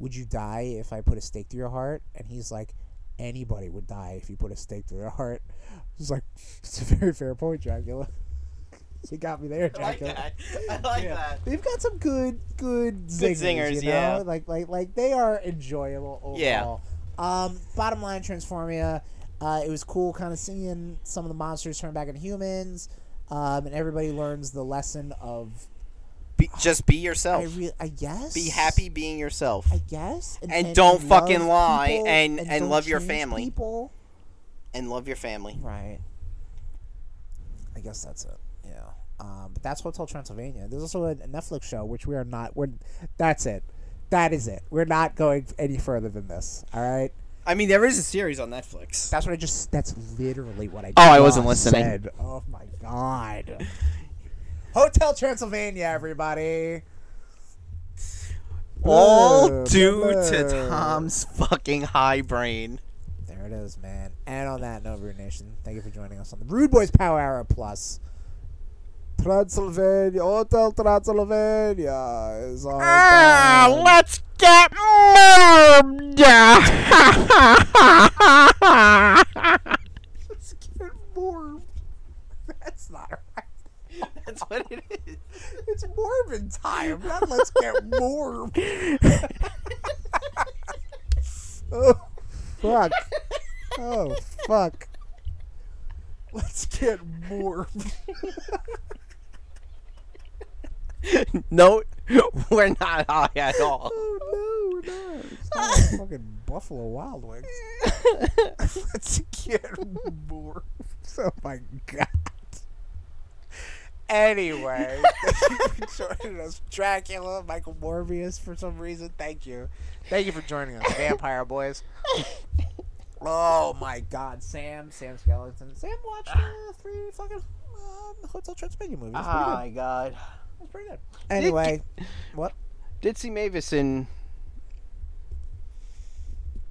Speaker 16: would you die if I put a stake through your heart and he's like anybody would die if you put a stake through their heart it's like it's a very fair point Dracula you got me there Dracula
Speaker 1: I like
Speaker 16: yeah. They've got some good, good zingers,
Speaker 2: zingers,
Speaker 16: you know?
Speaker 2: yeah.
Speaker 16: Like, like, like they are enjoyable overall.
Speaker 2: Yeah.
Speaker 16: Um, bottom line, Transformia. Uh, it was cool, kind of seeing some of the monsters turn back into humans, um, and everybody learns the lesson of
Speaker 2: Be, just be
Speaker 16: I,
Speaker 2: yourself.
Speaker 16: re- I guess
Speaker 2: Be happy being yourself.
Speaker 16: I guess,
Speaker 2: And don't
Speaker 16: love
Speaker 2: fucking lie,
Speaker 16: people,
Speaker 2: and- and
Speaker 16: don't
Speaker 2: love your
Speaker 16: change
Speaker 2: family.
Speaker 16: People,
Speaker 2: and love your family.
Speaker 16: right? I guess that's it. Yeah. Um, but that's Hotel Transylvania. There's also a a Netflix show which we are not. We're that's it. That is it. We're not going any further than this. All right.
Speaker 2: I mean, there is a series on Netflix.
Speaker 16: That's what I just. That's literally what I.
Speaker 2: Oh, I wasn't
Speaker 16: just
Speaker 2: listening.
Speaker 16: Said. Oh my god. Hotel Transylvania, everybody.
Speaker 2: All
Speaker 16: Blah,
Speaker 2: due
Speaker 16: blah,
Speaker 2: to
Speaker 16: blah.
Speaker 2: Tom's fucking high brain.
Speaker 16: There it is, man. And on that note, Rude Nation, thank you for joining us on the Rude Boys Power Hour Plus.
Speaker 7: Transylvania, Hotel Transylvania is on.
Speaker 16: Ah!
Speaker 2: Ah, let's get mobbed.
Speaker 16: That's not right.
Speaker 1: That's what it is.
Speaker 16: It's Mormon time. Not let's get warm.
Speaker 7: Oh, fuck. oh, fuck. Let's get more.
Speaker 2: no, we're not high at all.
Speaker 7: Oh, no, we're not. It's not like fucking Buffalo Wild Wings. Let's get more.
Speaker 16: Oh my god. Anyway, thank you for joining us, Dracula, Michael Morbius. For some reason, thank you, thank you for joining us, Vampire Boys. Oh my God, Sam, Sam Skeleton, Sam watched uh, three fucking um, Hotel Transylvania movies. It's pretty
Speaker 2: Oh
Speaker 16: good.
Speaker 2: my god.
Speaker 16: It's pretty good. Anyway, what?
Speaker 2: Did see Mavis in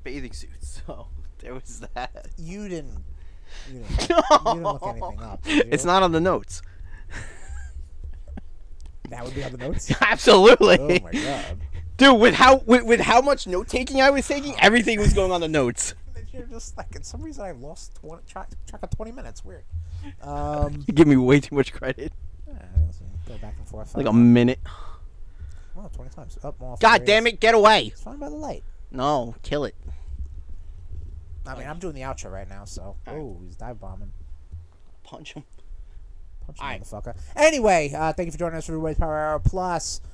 Speaker 2: bathing suits, so there was that.
Speaker 16: You didn't. You didn't, you didn't look anything up. did
Speaker 2: It's
Speaker 16: you?
Speaker 2: not on the notes.
Speaker 16: That would be on the notes.
Speaker 2: Absolutely.
Speaker 16: Oh my god!
Speaker 2: Dude, with how with, with how much note taking I was taking, everything was going on the notes.
Speaker 16: And You're just like, for some reason, I lost 20, track, track of twenty minutes. Weird. Um.
Speaker 2: You give me way too much credit.
Speaker 16: Yeah, I don't see. go back and forth.
Speaker 2: Like a minute.
Speaker 16: Wow, 20 times. Up, off,
Speaker 2: God damn it, get away!
Speaker 16: It's fine by the light.
Speaker 2: No, kill it.
Speaker 16: I mean, I'm doing the outro right now, so. Oh, he's dive bombing.
Speaker 2: Punch him.
Speaker 16: Punch him, motherfucker. Anyway, uh, thank you for joining us for Everybody's Power Hour Plus.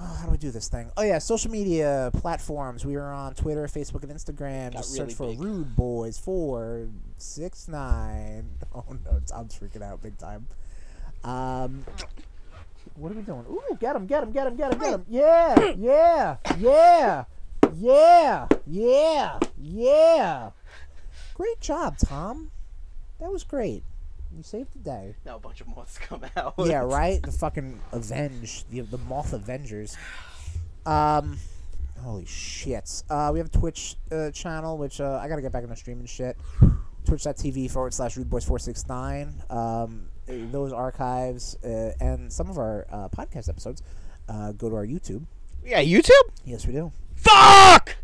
Speaker 16: Oh, how do we do this thing? Oh yeah, social media platforms. We are on Twitter, Facebook, and Instagram. Just search
Speaker 2: really
Speaker 16: for
Speaker 2: big.
Speaker 16: Rude Boys four six nine. Oh no, Tom's freaking out big time. Um, what are we doing? Ooh, get him, get him, get him, get him, get him. Yeah, yeah, yeah, yeah, yeah, yeah. Great job, Tom. That was great. You saved the day.
Speaker 1: Now a bunch of moths come out.
Speaker 16: Yeah, right. The fucking Avenge, the the Moth Avengers. Um, holy shit. Uh, we have a Twitch uh, channel, which uh, I gotta get back into streaming shit. Twitch.tv forward slash rudeboys469. Um, eh, those archives uh, and some of our uh, podcast episodes uh, go to our YouTube.
Speaker 2: Yeah, YouTube?
Speaker 16: Yes, we do.
Speaker 2: Fuck!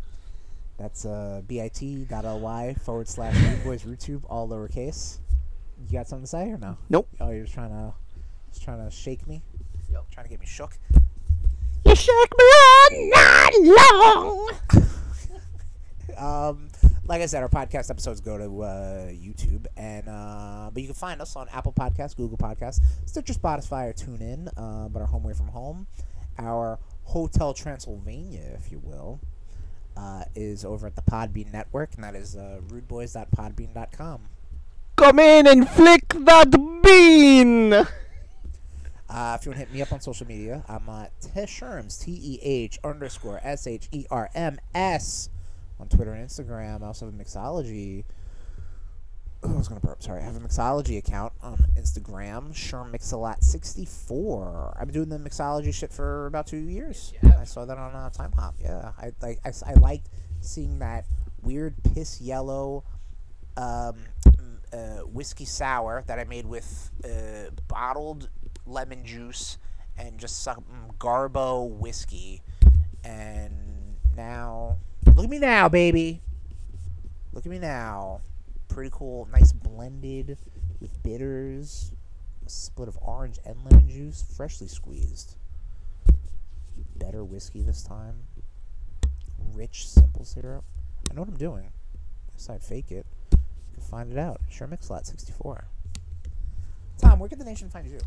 Speaker 16: That's uh, bit.ly forward slash rudeboysrutube, all lowercase. You got something to say or no?
Speaker 2: Nope.
Speaker 16: Oh, you're just trying to, just trying to shake me. Trying to get me shook.
Speaker 4: You shook me all night long.
Speaker 16: Um, like I said, our podcast episodes go to uh, YouTube, and uh, but you can find us on Apple Podcasts, Google Podcasts, Stitcher, Spotify, or TuneIn. Uh, but our home away from home, our Hotel Transylvania, if you will, uh, is over at the Podbean Network, and that is uh, rudeboys.podbean.com.
Speaker 2: Come in and flick that bean!
Speaker 16: Uh, if you want to hit me up on social media, I'm uh, Tesherms, T E H underscore S H E R M S on Twitter and Instagram. I also have a mixology. Oh, I was going to burp. Sorry. I have a mixology account on Instagram, ShermMixalot64. I've been doing the mixology shit for about two years. I saw that on uh, Time Hop. Yeah. I, like, I, s- I liked seeing that weird piss yellow um, m- uh, whiskey sour that I made with uh, bottled lemon juice and just some Garbo whiskey. And now, look at me now, baby. Look at me now. Pretty cool. Nice blended with bitters, a split of orange and lemon juice, freshly squeezed. Better whiskey this time. Rich, simple syrup. I know what I'm doing. Guess I fake it. You can find it out. Sure Mix Lot 64. Tom, where can the nation find you?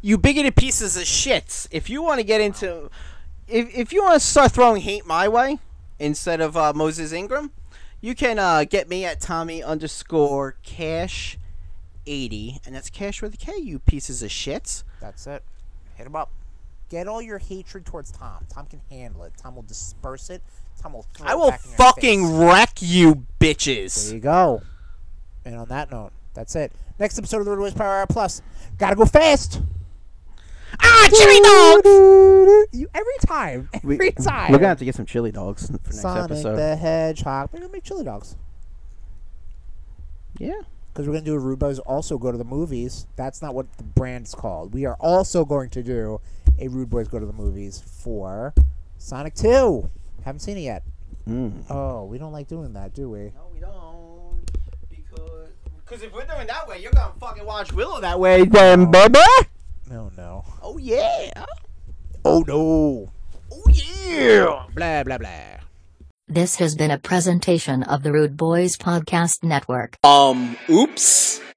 Speaker 2: you bigoted pieces of shits. If you want to get into, if, if you want to start throwing hate my way instead of uh, Moses Ingram, you can uh, get me at Tommy underscore Cash eighty, and that's Cash with a K. You pieces of shits.
Speaker 16: That's it. Hit him up. Get all your hatred towards Tom. Tom can handle it. Tom will disperse it. Tom will throw
Speaker 2: I
Speaker 16: it
Speaker 2: will
Speaker 16: back in your face.
Speaker 2: fucking wreck you,
Speaker 16: There
Speaker 2: bitches.
Speaker 16: you go. And on that note, that's it. Next episode of the Road West Power Hour Plus. Gotta go fast.
Speaker 2: Ah, chili dogs.
Speaker 16: You every time. Every time.
Speaker 2: We're gonna have to get some chili dogs for next
Speaker 16: Sonic
Speaker 2: episode.
Speaker 16: the Hedgehog. We're gonna make chili dogs.
Speaker 2: Yeah.
Speaker 16: Because we're gonna do a Rude Boys also go to the movies. That's not what the brand's called. We are also going to do a Rude Boys go to the movies for Sonic Two. Haven't seen it yet. Oh, we don't like doing that, do we?
Speaker 2: No, we don't. Because because if we're doing that way, you're gonna fucking watch Willow that way, then, baby.
Speaker 16: No, no.
Speaker 2: Oh yeah.
Speaker 16: Oh no.
Speaker 2: Oh yeah.
Speaker 16: Blah blah blah.
Speaker 24: This has been a presentation of the Rude Boys Podcast Network.
Speaker 2: Um. Oops.